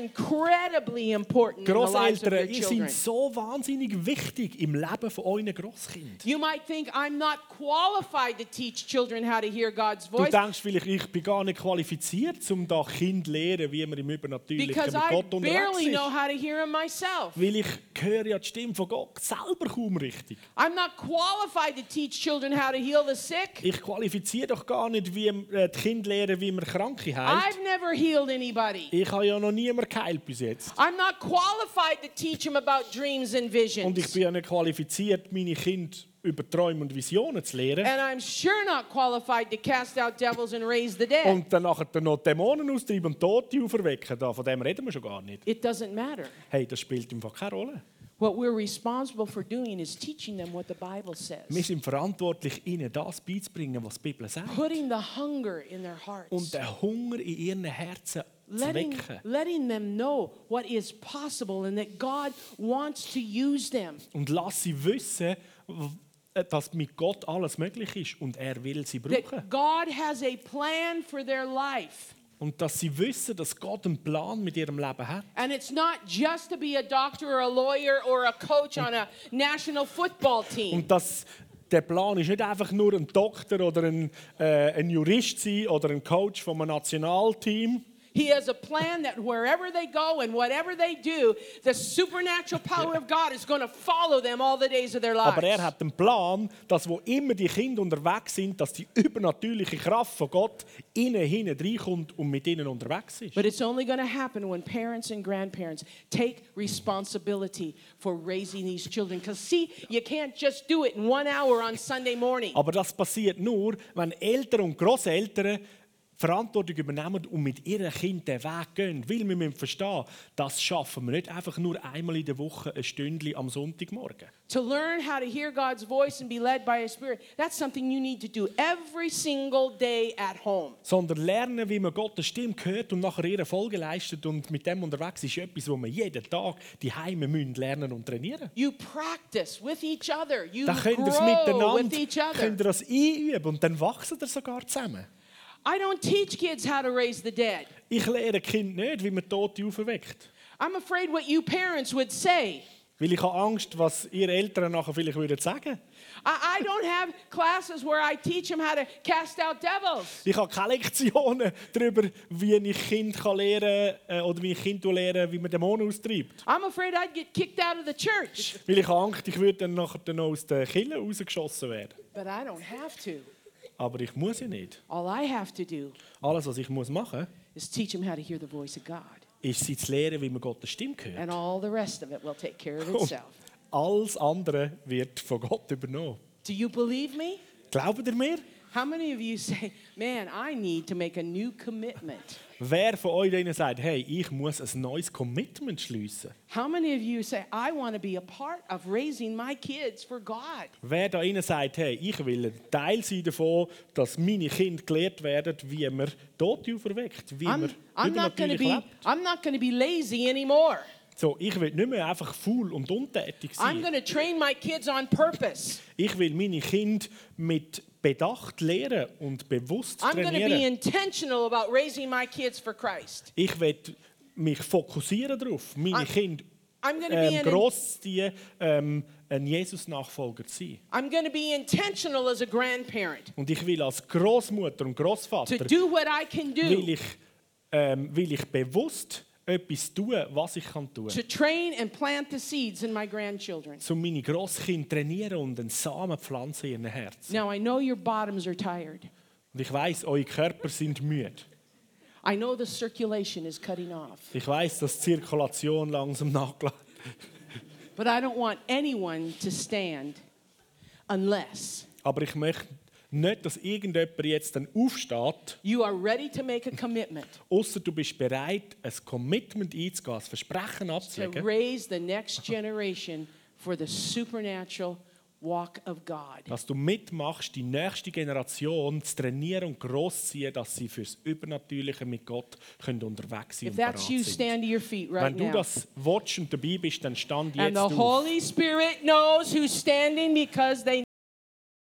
incredibly important in the lives of your
Grosseltern, ihr
children.
seid so wahnsinnig wichtig im Leben von euren Grosskindern.
You might think I'm not qualified to teach children how to hear God's
Du
voice.
denkst vielleicht, ich bin gar nicht qualifiziert, um da Kind zu lehren, wie man im Übernatürlichen
because
mit
I
Gott unterwegs
barely
ist.
know how to hear him myself.
Weil ich höre ja die Stimme von Gott selber kaum richtig.
I'm not qualified to teach children how to heal the sick.
Ich qualifiziere doch gar nicht, wie äh, die Kinder lernen, wie man Kranke heilt.
I've never healed anybody.
Ich habe ja noch niemanden geheilt bis jetzt.
I'm not qualified to teach them about dreams and
Und ich
visions.
bin ja nicht qualifiziert, meine Kinder über Träume und Visionen zu lehren.
And I'm sure not qualified to cast out devils and raise the dead.
Und dann nachher noch Dämonen austreiben und Tote auferwecken. Da, von dem reden wir schon gar nicht.
It doesn't matter.
Hey, das spielt im Fall keine Rolle.
What we're responsible for doing is teaching them what the Bible
Wir
says,
sind verantwortlich, ihnen das beizubringen, was die Bibel sagt.
putting the hunger in their
Und
hearts,
den Hunger in ihren Herzen zu
letting,
wecken.
letting them know what is possible and that God wants to use them.
Und lass sie wissen, w- äh, dass mit Gott alles möglich ist und er will sie brauchen.
That God has a plan for their life.
Und dass sie wissen, dass Gott einen Plan mit ihrem Leben hat.
And it's not just to be a doctor or a lawyer or a coach on a national football team.
Und dass der Plan ist nicht einfach nur ein Doktor oder ein, äh, ein Jurist sein oder ein Coach vom Nationalteam,
He has a plan that wherever they go and whatever they do, the supernatural power of God is going to follow them all the days of their
aber er
lives.
hat einen Plan, dass wo immer die Kinder unterwegs sind, dass die übernatürliche Kraft von Gott innen hinein reinkommt und mit ihnen unterwegs ist.
But it's only going to happen when parents and grandparents take responsibility for raising these children. Because, see, you can't just do it in one hour on Sunday morning.
Aber das passiert nur, wenn Eltern und Großeltern Verantwortung übernehmen und mit ihren Kindern den Weg gehen. Weil wir müssen verstehen, das schaffen wir nicht einfach nur einmal in der Woche ein Stündchen am Sonntagmorgen.
To learn how to hear God's voice and be led by His Spirit, that's something you need to do every single day at home.
Sondern lernen, wie man Gottes Stimme hört und nachher ihre Folge leistet und mit dem unterwegs ist etwas, wo man jeden Tag die Heime lernen und trainieren.
You practice with each other. You
Dann könnt ihr es
grow with each
miteinander
other.
könnt ihr das einüben und dann wachsen ihr sogar zusammen.
I don't teach kids how to raise the dead.
Ich lehre Kind nicht, wie man Tote auferweckt.
I'm afraid what you parents would say.
Weil ich habe Angst, was ihre Eltern nachher vielleicht würden sagen.
I, I don't have classes where I teach them how to cast out devils.
Ich habe keine Lektionen darüber, wie ich Kind kann lernen äh, oder wie ich Kind lehre, wie man Dämonen austreibt.
I'm afraid I'd get kicked out of the church.
Weil ich habe Angst, ich würde dann nachher dann noch aus der Kille rausgeschossen werden.
But I don't have to.
Aber ich muss ja nicht.
All I have to do
Alles, was ich muss machen,
is teach them how to hear the voice of God.
ist sie zu lehren, wie man Gottes Stimme hört.
And all the rest of it will take care of itself.
Alles andere wird von Gott übernommen.
Do you believe me?
Glaubt ihr mir?
How many of you say, man, I need to make a new commitment?
Wer von euch denen sagt, hey, ich muss ein neues Commitment schliessen?
How many of you say, I want to be a part of raising my kids for God?
Wer da innen sagt, hey, ich will ein Teil sein davon, dass meine Kinder gelehrt werden, wie man Tote auferweckt, wie
I'm,
man
I'm not going to
übernatürlich
be
lebt.
I'm not going to be lazy anymore.
So, ich will nicht mehr einfach faul und untätig
I'm
sein.
going to train my kids on purpose.
Ich will meine Kinder mit Bedacht lehren und bewusst
I'm going to be
trainieren.
intentional about raising my kids for Christ.
Ich will mich fokussieren darauf, meine
I'm-
Kinder
I'm going to be
ähm,
an,
großziehen, ähm, ein Jesus-Nachfolger zu sein.
I'm going to be intentional as a grandparent
Und ich will als Großmutter und
to
Großvater
do what I can
will
do
ich, ähm, will ich bewusst etwas tun, was ich kann tun
to train and plant the seeds in my grandchildren.
um meine Grosskinder trainieren und einen Samen pflanzen in ihren Herzen.
Now I know your bottoms are tired.
Und ich weiß, eure Körper sind müde.
I know the circulation is cutting off,
Ich weiß, dass die Zirkulation langsam nachlässt.
but I don't want anyone to stand unless
Aber ich möchte nicht, dass irgendjemand jetzt dann aufsteht,
you are ready to make a commitment
außer du bist bereit, ein Commitment einzugehen, ein Versprechen
to
abzulegen.
raise the next generation for the supernatural walk of God.
dass du mitmachst, die nächste Generation zu trainieren und großziehen, dass sie fürs Übernatürliche mit Gott können unterwegs sein
If
und bereit
that's you,
sind.
stand to your feet right
Wenn du
now.
das watch und dabei bist, dann stand
And
jetzt
the
auf.
Holy Spirit knows who's standing because they